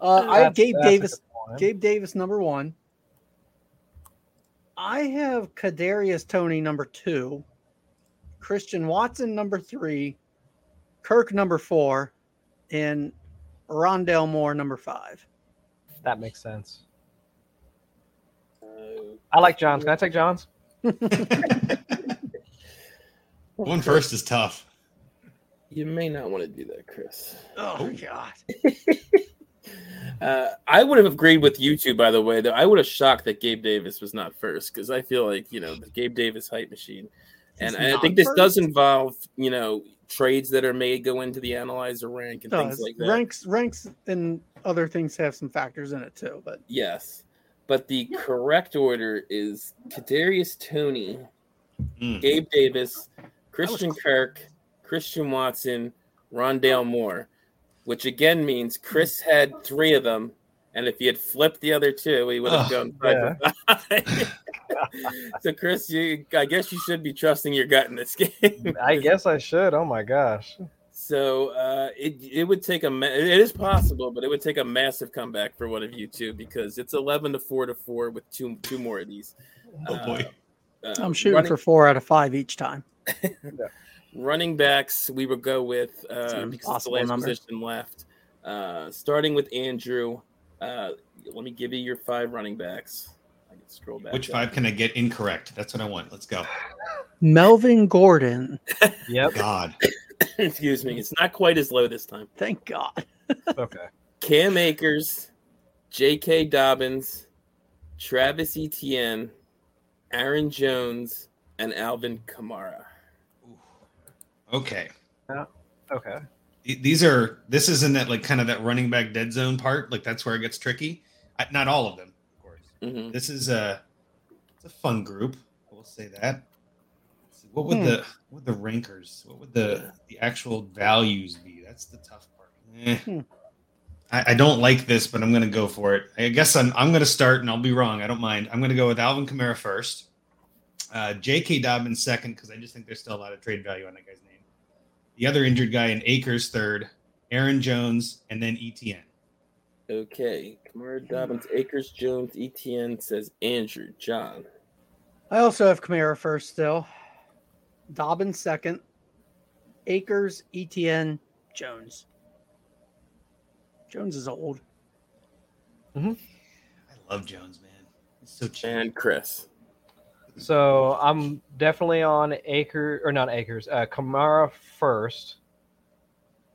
D: Uh, I
E: That's-
D: gave
E: that's a
D: Davis
E: good one.
D: Gabe Davis number one. I have Kadarius Tony number two, Christian Watson number three, Kirk number four, and Rondell Moore number five.
E: That makes sense.
C: Uh,
E: I like Johns. Can I take Johns?
F: One first is tough.
C: you may not want to do that, Chris.
D: Oh God!
C: Uh, I would have agreed with you two, by the way, though. I would have shocked that Gabe Davis was not first because I feel like, you know, the Gabe Davis hype machine. And,
D: He's
C: and I
D: not
C: think this
D: first?
C: does involve, you know, trades that are made go into the analyzer rank and
D: Does
C: things like that.
D: ranks ranks and other things have some factors in it too, but
C: Yes. But the correct order is Kadarius Tony,
F: Mm.
C: Gabe Davis, Christian Kirk, Christian Watson, Rondale Moore, which again means Chris had three of them, and if he had flipped the other two, he would have
F: Ugh,
C: gone five for five. so, Chris, you, I guess you should be trusting your gut in this game.
E: I guess I should. Oh my gosh.
C: So uh, it it would take a ma- it is possible, but it would take a massive comeback for one of you two because it's eleven to four to four with two two more of these.
F: Oh boy.
C: Uh,
D: I'm shooting
C: running,
D: for four out of five each time.
C: running backs. We would go with uh,
D: an
C: because it's the
D: impossible
C: last
D: number.
C: position left. Uh, starting with Andrew. Uh, let me give you your five running backs. I can scroll back.
F: Which
C: up.
F: five can I get incorrect? That's what I want. Let's go.
D: Melvin Gordon,
E: Yep.
F: God.
C: Excuse me. It's not quite as low this time.
D: thank God.
E: Okay.
C: Cam Akers, J.K. Dobbins, Travis Etienne, Aaron Jones, and Alvin Kamara.
F: Okay.
E: Okay.
F: these are this is in that like kind of that running back dead zone part like that's where it gets tricky I, not all of them of course
C: Mhm.
F: this is a it's a fun group i will say that Let's see, what would
D: Hmm.
F: the what would the rankers what would the the actual values be that's the tough part Eh.
D: Hmm.
F: I, I don't like this but i'm gonna go for it i guess i'm i'm gonna start and i'll be wrong i don't mind i'm gonna go with alvin kamara first uh jk dobbins second because i just think there's still a lot of trade value on that guy's name the other injured guy in Akers third, Aaron Jones, and then E ETN.
C: Okay. Kamara, Dobbins, Akers, Jones, Etienne says Andrew, John.
D: I also have Kamara first still. Dobbins second. Akers, ETN, Jones. Jones is old.
F: I love Jones, man. He's so cheap.
C: And Chris.
E: So I'm definitely on Acre or not Acres. Uh, Kamara first.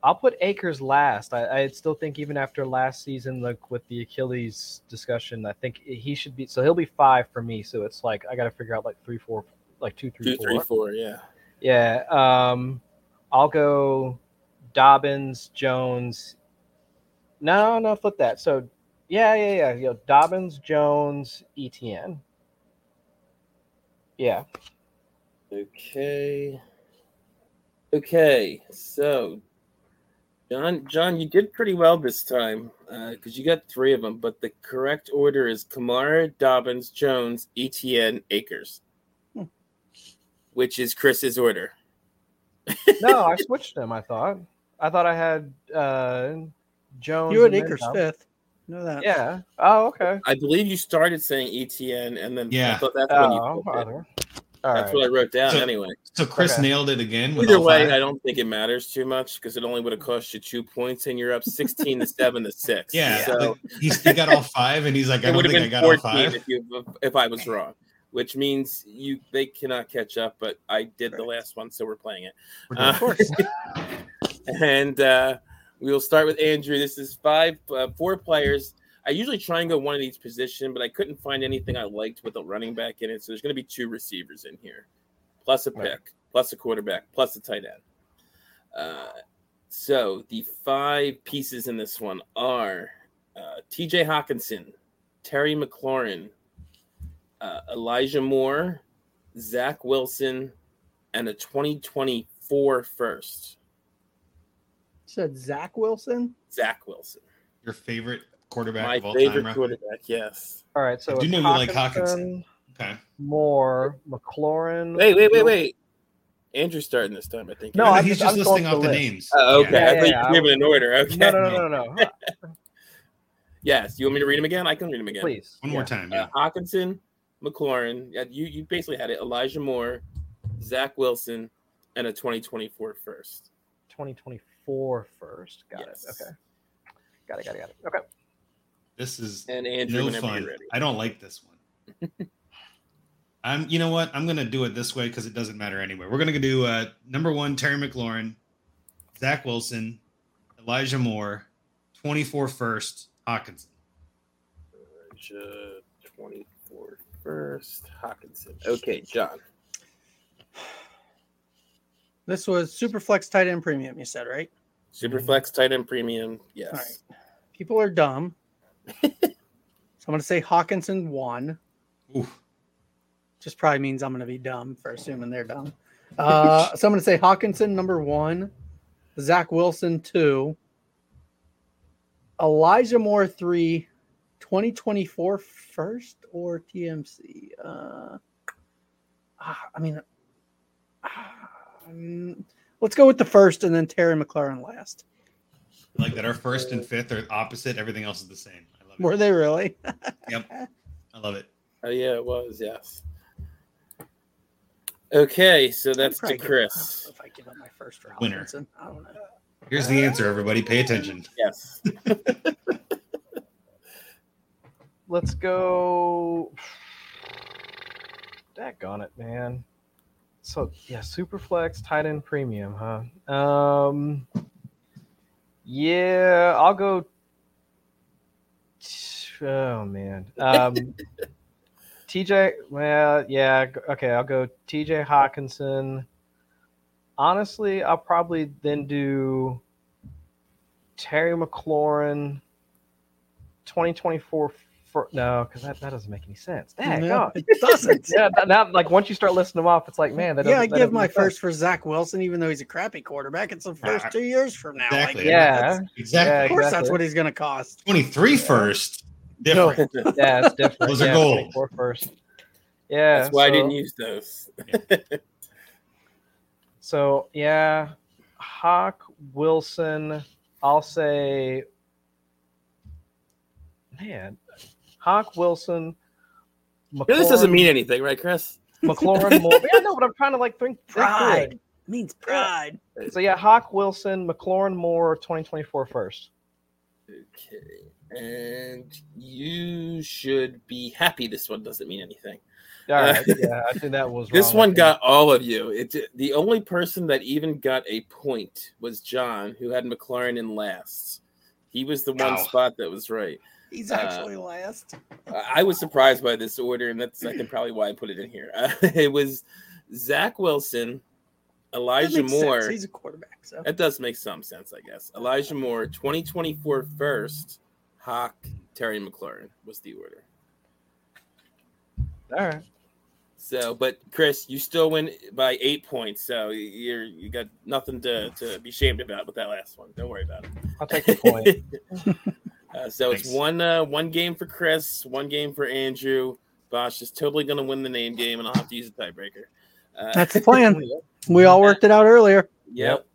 E: I'll put Acres last. I, I still think even after last season, like with the Achilles discussion, I think he should be. So he'll be five for me. So it's like I got to figure out like three, four, like two, three,
C: Two,
E: four.
C: three, four. Yeah.
E: Yeah. Um, I'll go Dobbins, Jones. No, no, flip that. So, yeah, yeah, yeah. You know, Dobbins, Jones, ETN. Yeah.
C: Okay. Okay. So, John, John, you did pretty well this time because you got three of them. But the correct order is Kamara, Dobbins, Jones, Etienne, Akers,
D: Hmm.
C: which is Chris's order.
E: No, I switched them. I thought. I thought I had uh, Jones.
D: You had
E: and then
D: Akers
E: Dobbins.
D: fifth. Know that.
E: Yeah. Oh, okay.
C: I believe you started saying Etienne, and then I
F: Yeah.
C: thought that's when you
E: Oh,
C: flipped it.
E: either. All
C: That's
E: right.
C: what I wrote down
F: So-
C: anyway.
F: So Chris
E: Okay.
F: nailed it again. with
C: Either
F: all
C: way,
F: five.
C: I don't think it matters too much because it only would have cost you two points, and you're up sixteen to seven to six.
F: yeah,
C: so
F: like, he's, he got all five, and he's like, I
C: it
F: don't
C: would have
F: think I
C: been
F: got all
C: fourteen
F: five.
C: if you if I was wrong, which means you they cannot catch up. But I did the last one, so we're playing it.
F: We're done.
C: Of course. Uh, and uh, we will start with Andrew. This is five, uh, four players. I usually try and go one at each position, but I couldn't find anything I liked with a running back in it. So there's going to be two receivers in here, plus a pick,
E: Okay.
C: plus a quarterback, plus a tight end. Uh, so the five pieces in this one are uh, T.J. Hawkinson, Terry McLaurin, uh, Elijah Moore, Zach Wilson, and a 2024 first,
D: Said Zach Wilson.
C: Zach Wilson.
F: Your favorite quarterback
C: My
F: of all
C: favorite
F: time. Rob?
C: quarterback, yes.
E: All right. So
F: I do
E: it's
F: know you like Hawkinson. Okay.
E: Moore, McLaurin.
C: Wait, wait, wait, wait. Andrew's starting this time, I think.
E: No,
F: No,
E: I'm
F: he's
E: just-
F: just
E: I'm
F: listing
E: going
F: off
E: to
F: the
E: list.
F: names.
C: Oh, okay.
F: Yeah.
C: I
E: Yeah,
C: thought
E: yeah,
C: you
E: I
C: gave it an order. Okay.
E: No, no, no, no, no. no.
C: Yes. You want me to read them again? I can read them again.
E: Please.
F: One more time.
C: Uh,
F: Yeah.
C: Hawkinson, McLaurin. yeah, You, you basically had it. Elijah Moore, Zach Wilson, and a 2024 first.
E: 2024 first. Got it.
C: Yes.
E: Okay. Got it. Got it. Got it. Okay.
F: This is
C: And Andrew,
F: no
C: whenever
F: fun.
C: you're ready.
F: I don't like this one. I'm. You know what? I'm gonna do it this way because it doesn't matter anyway. We're gonna do uh, number one: Terry McLaurin, Zach Wilson, Elijah Moore, 24 first, Hawkinson.
C: Elijah, 24 first. Hawkinson. Okay, John.
D: This was Superflex tight end premium. You said right.
E: Mm-hmm.
C: Superflex tight end premium. Yes.
D: All right. People are dumb. so I'm going to say Hawkinson won.
F: Ooh,
D: Just probably means I'm going to be dumb for assuming they're dumb. Uh, so I'm going to say Hawkinson number one, Zach Wilson two, Elijah Moore three, 2024 first or TMC. Uh, ah, I mean, ah, mm, let's go with the first and then Terry McLaurin last.
F: I like that. Our first and fifth are opposite. Everything else is the same. I love it.
D: Were they really?
F: I love it.
C: Oh yeah, it was. Yes. Okay, so that's to
D: Probably
C: Chris.
D: give- I don't know if I give up my first for
F: Winner.
D: Hawkinson, I don't know.
F: Here's the answer, everybody. Pay attention.
C: Yes.
E: Let's go. Daggone it, man. So yeah, Superflex tight end premium, huh? Um, yeah, I'll go. Oh man, um, TJ. Well, yeah, g- okay, I'll go TJ Hawkinson. Honestly, I'll probably then do Terry McLaurin. 2024 for no, because that, that doesn't make any sense. Dang,
D: No, it doesn't.
E: yeah, that, that- like once you start listing them off, it's like, man, that
D: yeah, I
E: doesn't- that
D: give
E: doesn't
D: my
E: make sense.
D: first for Zach Wilson, even though he's a crappy quarterback. It's the first
F: I-
D: two years from now. Like,
F: Exactly.
E: Yeah.
D: of
F: Exactly.
D: course, that's
E: exactly.
D: what he's going to cost.
F: 23 first. Different.
E: Yeah, it's different.
F: Those are
E: yeah,
F: gold.
E: 24 first. Yeah.
C: that's why I
E: so-
C: didn't use those.
E: So yeah, Hawk Wilson. I'll say, man, Hawk Wilson.
C: this
E: McLaurin-
C: doesn't mean anything, right, Chris?
E: McLaurin Moore. Yeah, no, but I'm trying to like think think through
D: Pride.
E: it.
D: means pride.
E: So yeah, Hawk Wilson, McLaurin Moore, 2024 first.
C: Okay. And you should be happy this one doesn't mean anything.
E: All right, yeah, I think that was
C: This
E: wrong, I
C: one
E: think.
C: got all of you. It the only person that even got a point was John, who had McLaurin in last. He was the one
F: Wow.
C: spot that was right.
D: He's
C: Uh,
D: actually last.
C: I I was surprised by this order, and that's I think probably why I put it in here. Uh, it was Zach Wilson,
D: That
C: Elijah
D: makes sense.
C: Moore.
D: He's a quarterback. So
C: That does make some sense, I guess. Elijah Moore, 2024 first, Hawk, Terry McLaurin was the order.
E: all right.
C: So, but Chris, you still win by eight points, so you're you got nothing to, to be ashamed about with that last one. Don't worry about it.
E: I'll take the point.
C: Uh, so it's
F: Nice.
C: one uh, one game for Chris, one game for Andrew. Bosch is totally going to win the name game, and I'll have to use a tiebreaker. Uh,
D: that's the plan. We all worked it out earlier.
C: Yep.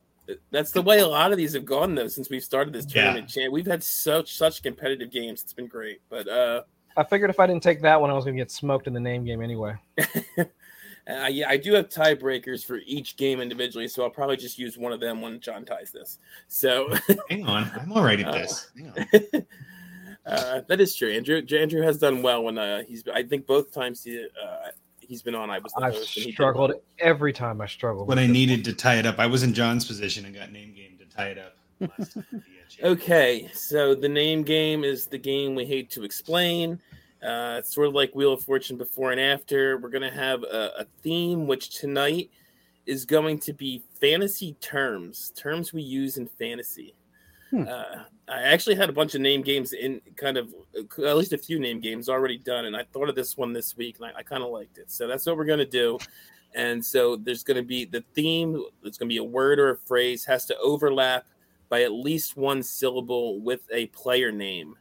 C: That's the way a lot of these have gone though since we've started this
F: Yeah.
C: tournament. Chan. We've had such such competitive games. It's been great. But uh
E: I figured if I didn't take that one, I was going to get smoked in the name game anyway.
C: And I, yeah, I do have tiebreakers for each game individually, so I'll probably just use one of them when John ties this. So
F: Hang on, I'm all right at this. Hang on.
C: uh, that is true. Andrew Andrew has done well when uh, he's. I think both times he uh, he's been on, I was. the
E: I've
C: host and he did
E: struggled every time I struggled.
F: When
E: with
F: I
E: this.
F: needed to tie it up, I was in John's position and got name game to tie it up. last time. Yeah,
C: Okay, so the name game is the game we hate to explain. Uh, it's sort of like Wheel of Fortune before and after. We're going to have a, a theme, which tonight is going to be fantasy terms, terms we use in fantasy.
D: Hmm.
C: Uh, I actually had a bunch of name games in kind of uh, at least a few name games already done, and I thought of this one this week, and I, I kind of liked it. So that's what we're going to do. And so there's going to be the theme, it's going to be a word or a phrase, has to overlap by at least one syllable with a player name.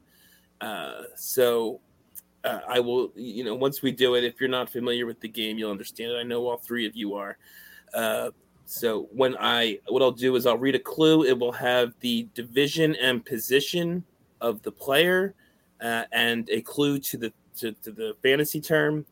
C: Uh, so uh, I will, you know, once we do it, if you're not familiar with the game, you'll understand it. I know all three of you are. Uh, so when I, what I'll do is I'll read a clue. It will have the division and position of the player uh, and a clue to the to, to the fantasy term.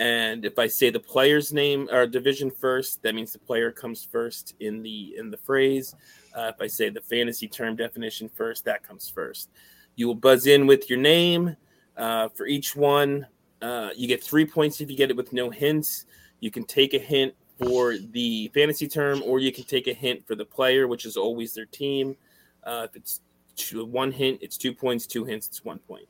C: And if I say the player's name or division first, that means the player comes first in the in the phrase. Uh, if I say the fantasy term definition first, that comes first. You will buzz in with your name uh, for each one. Uh, you get three points if you get it with no hints. You can take a hint for the fantasy term, or you can take a hint for the player, which is always their team. Uh, if it's two, one hint, it's two points. Two hints, it's one point.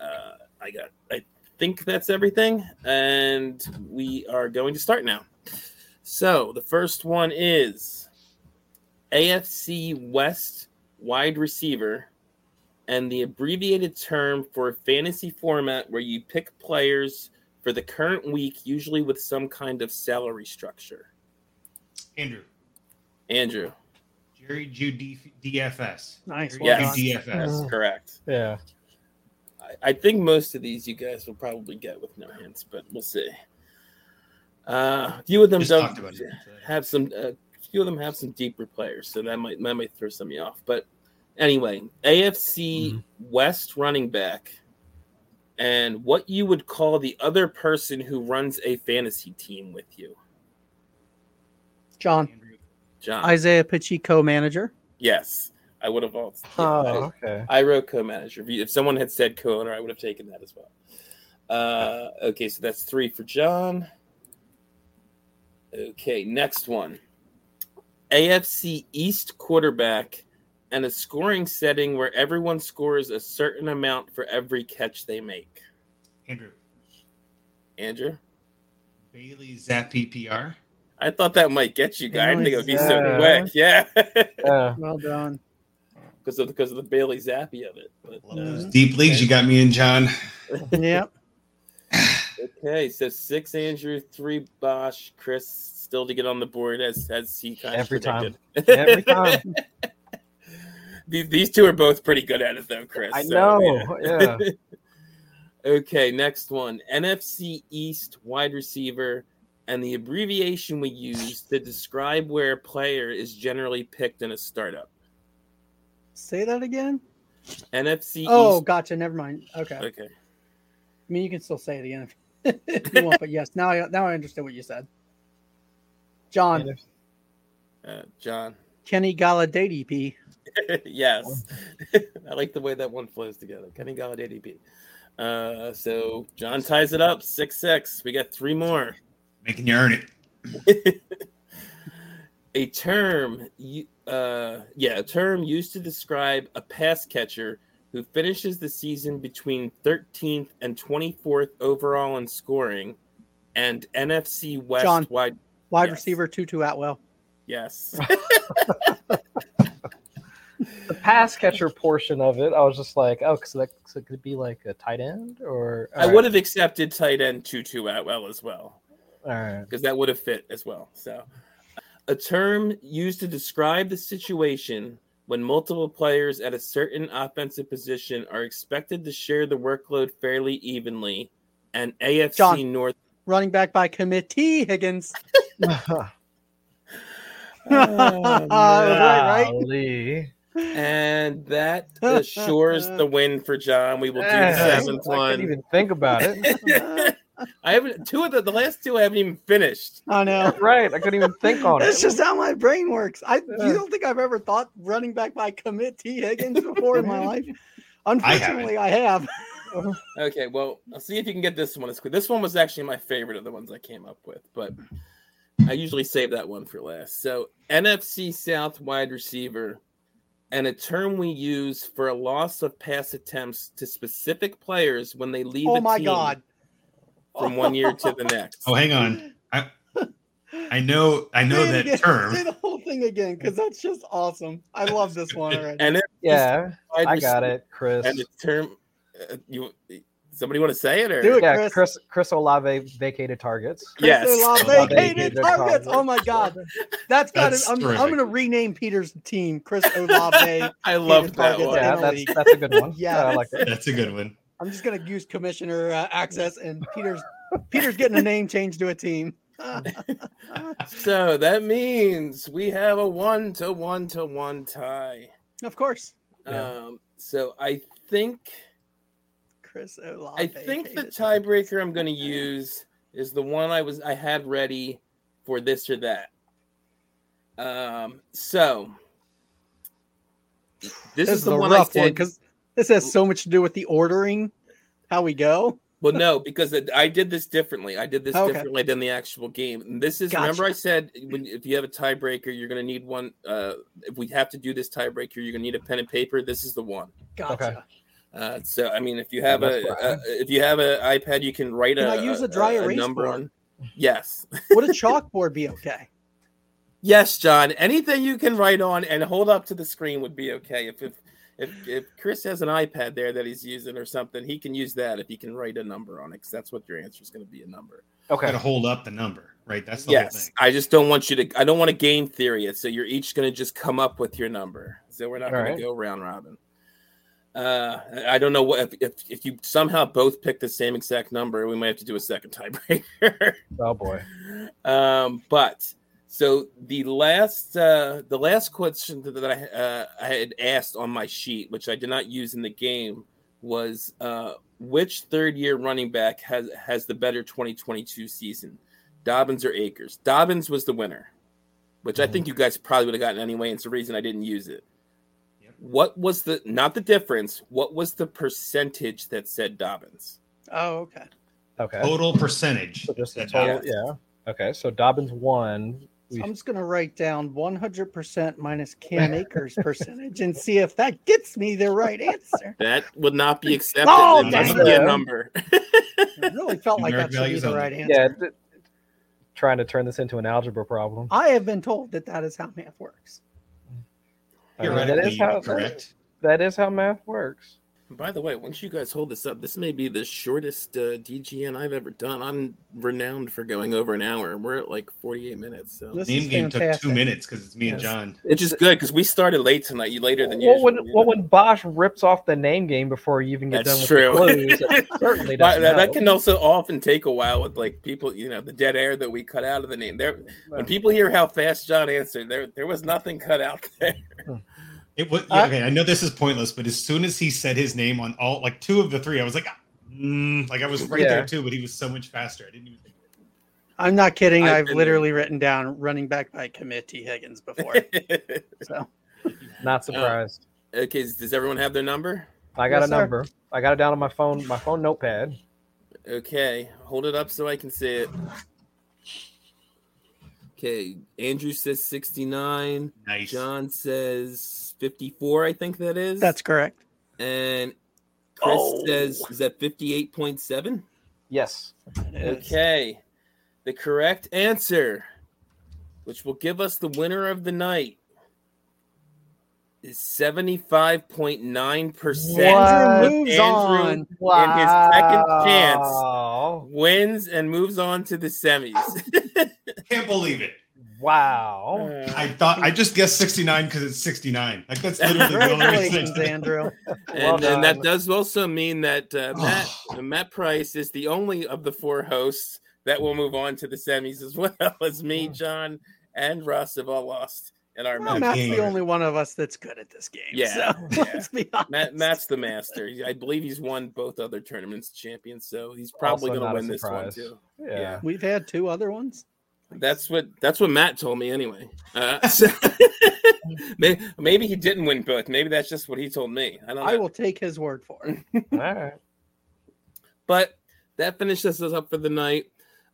C: Uh, I got. I think that's everything, and we are going to start now. So the first one is. AFC West wide receiver, and the abbreviated term for a fantasy format where you pick players for the current week, usually with some kind of salary structure.
F: Andrew,
C: Andrew,
F: Jerry Jew D- DFS.
D: Nice.
C: Yes.
D: Well done.
F: Jerry Jew DFS.
C: Mm-hmm.
E: Mm.
C: correct.
E: Yeah.
C: I, I think most of these you guys will probably get with no hints, but we'll see. Uh, a few of them
F: Just
C: don't-
F: talked about it.
C: have some a few of them have some deeper players, so that might that might throw some of you off. But anyway, AFC West running back and what you would call the other person who runs a fantasy team with you.
D: John
F: Andrew,
C: John.
D: Isaiah Pacheco, manager.
C: yes. I would have all
E: Oh, okay.
C: I wrote co-manager. If you- If someone had said co-owner, I would have taken that as well. Uh, okay, so that's three for John. Okay, next one. AFC East quarterback and a scoring setting where everyone scores a certain amount for every catch they make.
F: Andrew,
C: Andrew,
F: Bailey Zap PPR.
C: I thought that might get you guys. I didn't think it would be so
E: Yeah.
C: quick. Yeah,
E: Yeah.
D: Well done.
C: because of because of the Bailey Zappy of it. But,
F: Love
C: uh,
F: those deep leagues you got me in, John.
D: Yep.
C: Okay, so six Andrew, three Bosch, Chris still to get on the board as as he kind
E: Every
C: of predicted.
E: Every time.
C: these, these two are both pretty good at it though, Chris.
E: I
C: so,
E: know.
C: yeah.
E: Yeah.
C: okay, next one. NFC East wide receiver and the abbreviation we use to describe where a player is generally picked in a startup.
D: Say that again.
C: NFC
D: Oh,
C: East
D: gotcha. Never mind. Okay. I
C: Okay.
D: mean, you can still say it again if, if you want, but yes, now I now I understand what you said. John
C: Uh, John.
D: Kenny Galladay P.
C: yes. I like the way that one flows together. Kenny Galladay DP. Uh, so John ties it up six six. We got three more.
F: Making you earn it.
C: a term you- uh yeah a term used to describe a pass catcher who finishes the season between 13th and 24th overall in scoring and NFC West
D: John.
C: wide
D: Wide
C: Yes.
D: receiver Tutu Atwell.
C: yes
E: The pass catcher portion of it, I was just like, oh, so that so it could be like a tight end or.
C: I would have accepted tight end Tutu Atwell as well
E: All right.
C: because that would have fit as well so a term used to describe the situation when multiple players at a certain offensive position are expected to share the workload fairly evenly and AFC
D: John.
C: North
D: Running back by committee Higgins. right?
E: Golly.
C: And that assures the win for John. We will do the
E: Yeah.
C: seventh
E: I couldn't
C: one.
E: even think about it.
D: even-
C: I haven't two of the, the last two I haven't even finished.
D: I know.
E: right. I couldn't even think on it.
D: That's just how my brain works. I you don't think I've ever thought running back by commit T Higgins before in my life? Unfortunately, I, have.
C: Okay, well, I'll see if you can get this one. It's quick. This one was actually my favorite of the ones I came up with, but I usually save that one for last. So, NFC South wide receiver, and a term we use for a loss of pass attempts to specific players when they leave.
D: Oh
C: a
D: my
C: team
D: god.
C: From one year to the next.
F: Oh, hang on. I I know I know
D: Say it
F: that
D: again.
F: term.
D: Say the whole thing again because that's just awesome. I love this one already.
C: And
E: Yeah,
C: wide
E: I got
C: receiver
E: it, Chris.
C: And the term, uh, you somebody want to say it or
D: Do it.
E: Yeah,
D: Chris.
E: Chris Chris Olave vacated targets.
C: Yes.
D: Chris Olave,
E: Olave
D: Hayden
E: hated
D: Targets.
E: Targets.
D: Oh my god. That's got it.
F: That's
D: I'm, I'm
F: terrific.
D: going to rename Peter's team Chris Olave.
C: I loved that
D: Targets.
C: one.
E: Yeah, that's that's a good one.
D: Yeah.
E: I like that.
F: That's a good one.
D: I'm just going to use commissioner uh, access and Peter's Peter's getting a name change to a team.
C: So that means we have a one to one to one tie.
D: of course.
E: Yeah.
C: Um, so I think
D: Chris Olave.
C: I think the
D: hated
C: tiebreaker I'm going to use is the one I was I had ready for this or that. Um, so this, is the
D: a
C: one I
D: rough
C: said.
D: one because this has so much to do with the ordering, how we go.
C: Well, no, because it, I did this differently. I did this
D: Okay.
C: differently than the actual game. And this is
D: Gotcha.
C: remember I said when if you have a tiebreaker, you're going to need one. Uh, if we have to do this tiebreaker, you're going to need a pen and paper. This is the one.
D: Gotcha.
E: Okay.
C: Uh, so I mean, if you have a,
E: that's what I
C: a if you have an iPad, you can write
D: Can
C: a
D: I use a dry erase
C: number
D: board?
C: on. Yes,
D: Would a chalkboard be okay?
C: yes, John. Anything you can write on and hold up to the screen would be okay. If if if, if Chris has an iPad there that he's using or something, he can use that if he can write a number on it, because that's what your answer is going to be a number.
F: Got to
E: Okay.
F: hold up the number, right? That's the whole
C: Yes,
F: thing.
C: I just don't want you to. I don't want to game theory it. So you're each going to just come up with your number. So we're not
E: All
C: going
E: right.
C: to go round robin. Uh, I- I don't know what if, if if you somehow both pick the same exact number, we might have to do a second tiebreaker.
E: Oh boy.
C: um, but so the last uh, the last question that I uh, I had asked on my sheet, which I did not use in the game, was uh, which third year running back has has the better 2022 season, Dobbins or Akers? Dobbins was the winner, which I think you guys probably would have gotten anyway. and It's the reason I didn't use it.
F: Yep.
C: What was the not the difference? What was the percentage that said Dobbins?
D: Oh, okay.
E: Okay.
F: Total percentage.
E: So just the
F: That
E: total.
F: Dobbins-
E: Yeah. Okay. So Dobbins won. We,
D: So I'm just going to write down 100% minus Cam Akers percentage and see if that gets me the right answer.
C: That would not be accepted.
D: Oh,
C: There must
F: damn.
C: be a number.
D: I really felt like that should
F: Numeric
D: be
F: values
D: the
F: only.
D: right answer.
E: yeah. th- trying to turn this into an algebra problem.
D: I have been told that that is how math works.
E: I mean,
F: Theoretically,
E: that is how
F: correct.
E: that is how math works.
C: By the way, once you guys hold this up, this may be the shortest uh, DGN I've ever done. I'm renowned for going over an hour. We're at like 48 minutes, so
D: This
F: Name
D: is
F: game took
D: fantastic.
F: two minutes because it's me and
E: Yes.
F: John.
C: it's just good because we started late tonight. You later than
E: Well,
C: usual.
E: when
C: you
E: well
C: know?
E: when Bosch rips off the name game before you even get
C: That's
E: done with
C: true.
E: the clues, it certainly
C: But
E: doesn't
C: that, that
E: help.
C: can also often take a while with like people, you know, the dead air that we cut out of the name. There, when people hear how fast John answered, there there was nothing cut out there.
F: It was
D: Uh,
F: okay. I know this is pointless, but as soon as he said his name on all like two of the three, I was like, ah, mm, like I was right
E: Yeah.
F: there too, but he was so much faster. I didn't even think.
D: I'm not kidding.
C: I've
D: I've,
C: been there.
D: literally written down running back by commit T Higgins before. so
E: Not surprised.
C: okay, does everyone have their number?
E: I got
D: Yes,
E: a
D: sir.
E: number. I got it down on my phone, my phone notepad.
C: Okay, hold it up so I can see it. Okay, Andrew says 69.
F: Nice.
C: John says 54, I think that is.
D: that's correct.
C: and Chris
D: Oh.
C: says is that 58.7?
E: Yes.
C: Okay. The correct answer, which will give us the winner of the night, is 75.9%.
D: Andrew
E: What?
D: moves
C: Andrew-
D: on.
C: And his second chance.
E: Wow.
C: Wins and moves on to the semis. Uh,
F: Can't believe it.
E: Wow.
F: I thought I just guessed 69 because it's 69. Like that's literally the only reason.
D: Congratulations,
F: I did
D: Andrew.
C: and,
E: Well
C: and that
E: done.
C: does also mean that uh, Matt Matt Price is the only of the four hosts that will move on to the semis as well as me, John, and Russ have all lost in our
D: Well,
C: match.
D: Matt's
F: game.
D: the only one of us that's good at this game.
C: Yeah,
D: so
C: yeah.
D: let's be honest.
C: Matt, Matt's the master. I believe he's won both other tournaments champion, so he's probably going
E: Also
C: to
E: not a
C: win this one
E: surprise.
C: too.
E: Yeah.
C: Yeah.
D: We've had two other ones.
C: That's what that's what Matt told me anyway. Uh, so- may- maybe he didn't win both. Maybe that's just what he told me. I don't. Know.
D: I will take his word for it.
E: All right.
C: But that finishes us up for the night.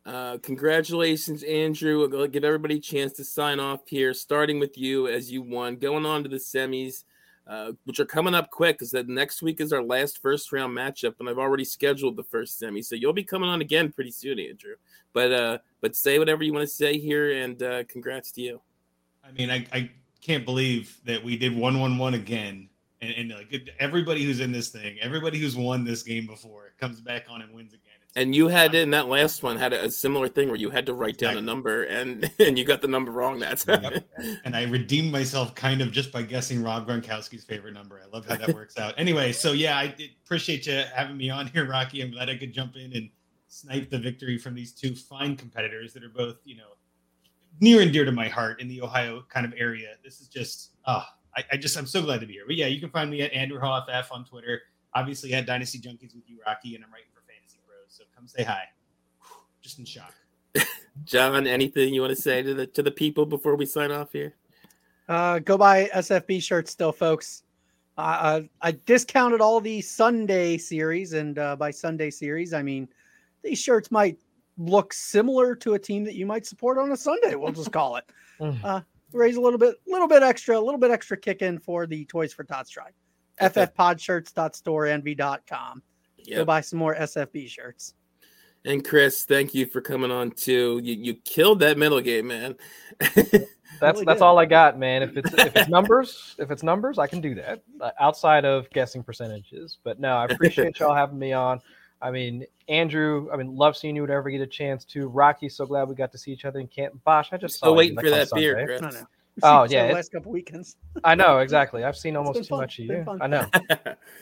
C: Uh, congratulations, Andrew. I'll give everybody a chance to sign off here, starting with you as you won, going on to the semis, uh, which are coming up quick because the next week is our last first round matchup, and I've already scheduled the first semi, so you'll be coming on again pretty soon, Andrew. But uh, but say whatever you want to say here, and uh, congrats to you.
F: I mean, I, I can't believe that we did one one one again, and, and like it- everybody who's in this thing, everybody who's won this game before, comes back on and wins again. It's-
C: And you had in that last one had a, a similar thing where you had to write down a number, and and you got the number wrong that time.
F: and I redeemed myself kind of just by guessing Rob Gronkowski's favorite number. I love how that works out. Anyway, so yeah, I did- appreciate you having me on here, Rocky. I'm glad I could jump in and snipe the victory from these two fine competitors that are both, you know, near and dear to my heart in the Ohio kind of area. This is just, ah, I, I just, I'm so glad to be here. But yeah, you can find me at Andrew Hall FF on Twitter. Obviously at Dynasty Junkies with you, Rocky, and I'm writing for Fantasy Bros. So come say hi. Whew, Just in shock.
C: John, anything you want to say to the to the people before we sign off here?
D: Uh, go buy SFB shirts still, folks. Uh, I, I discounted all the Sunday series, and uh, by Sunday series, I mean these shirts might look similar to a team that you might support on a Sunday. We'll just call it.
E: Mm.
D: Uh, raise a little bit, little bit extra, a little bit extra kick in for the Toys for Tots Tribe. FFPodshirts.storeenvy.com. Go
C: Yep.
D: buy some more SFB shirts.
C: And Chris, thank you for coming on too. You you killed that middle game, man.
E: That's
D: Really
E: that's
D: good.
E: all I got, man. If it's if it's numbers, if it's numbers, I can do that. uh, Outside of guessing percentages, but no, I appreciate y'all having me on. I mean, Andrew, I mean, love seeing you whenever you get a chance to. Rocky, so glad we got to see each other in Camp Bosch. I just saw
C: Still
E: Oh, you,
C: waiting
E: like,
C: for
E: on
C: that beer,
E: Sunday.
D: I
C: Chris.
D: don't know.
E: Oh,
D: Seen
E: yeah,
D: some
E: it-
D: last couple weekends.
E: I know exactly. I've seen almost
D: been
E: too
D: fun.
E: much of
D: It's been
E: you.
D: fun.
E: I know.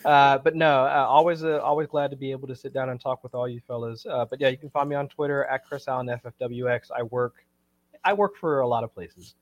E: Uh, but no, uh, always uh, always glad to be able to sit down and talk with all you fellas. Uh, but yeah, you can find me on Twitter at Chris Allen FFWX. I work, I work for a lot of places.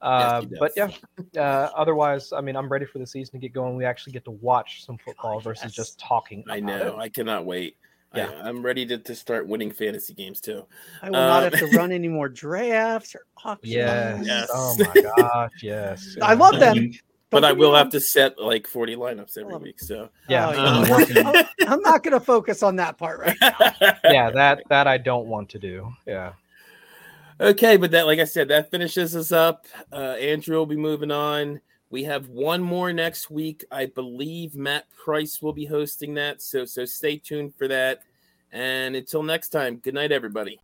E: Uh,
C: Yes, he
E: but yeah,
C: does.
E: uh, otherwise, I mean, I'm ready for the season to get going. We actually get to watch some football
D: Oh,
E: versus
D: yes.
E: just talking.
C: I
E: about
C: know.
E: it.
C: I cannot wait.
E: Yeah.
C: I, am ready to, to start winning fantasy games too.
D: I
E: Uh,
D: will not
C: Um,
D: have to run any more drafts or auctions.
E: Yes.
C: Yes.
E: Oh my gosh. Yes.
D: I love them.
C: But
D: Don't
C: I
D: get me
C: will
D: wrong.
C: have to set like 40 lineups every
D: Love it.
C: week. So
E: Yeah.
D: Oh,
F: Um,
D: yeah. I'm, I'm not going to focus on that part right now.
E: yeah. That that I don't want to do. Yeah.
C: Okay, but that, like I said, that finishes us up. Uh, Andrew will be moving on. We have one more next week. I believe Matt Price will be hosting that. So, so stay tuned for that. And until next time, good night, everybody.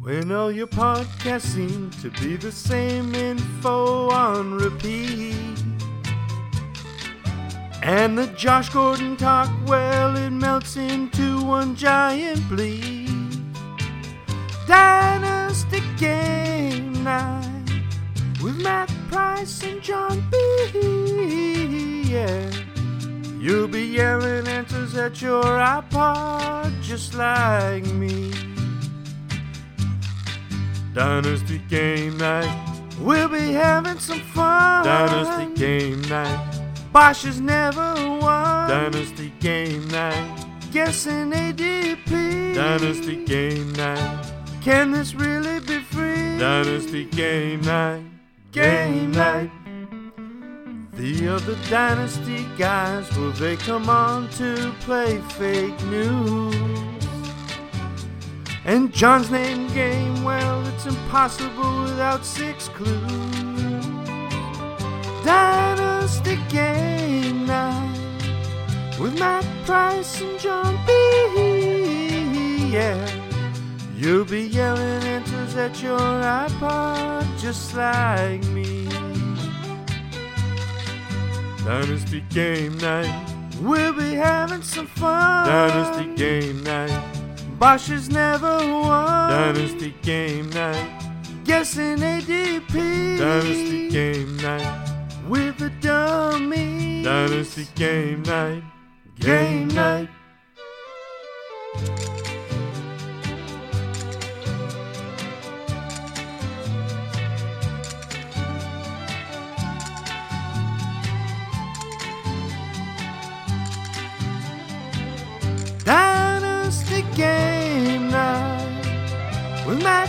G: When all your podcasts seem to be the same info on repeat. And the Josh Gordon talk, well, it melts into one giant bleed. Dynasty Game Night with Matt Price and John B. Yeah. You'll be yelling answers at your iPod just like me. Dynasty game night. We'll be having some fun. Dynasty game night. Bosch has never won. Dynasty game night. Guessing ADP. Dynasty game night. Can this really be free? Dynasty game night. Game night. The other dynasty guys, will they come on to play fake news? And John's name game, well, it's impossible without six clues. Dynasty Game Night with Matt Price and John B. Yeah, you'll be yelling answers at your iPod just like me. Dynasty Game Night, we'll be having some fun. Dynasty Game Night. Bosch has never won. Dynasty game night. Guessing ADP. Dynasty game night. With the dummies. Dynasty game night. Game night. with Matt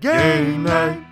G: Game, night.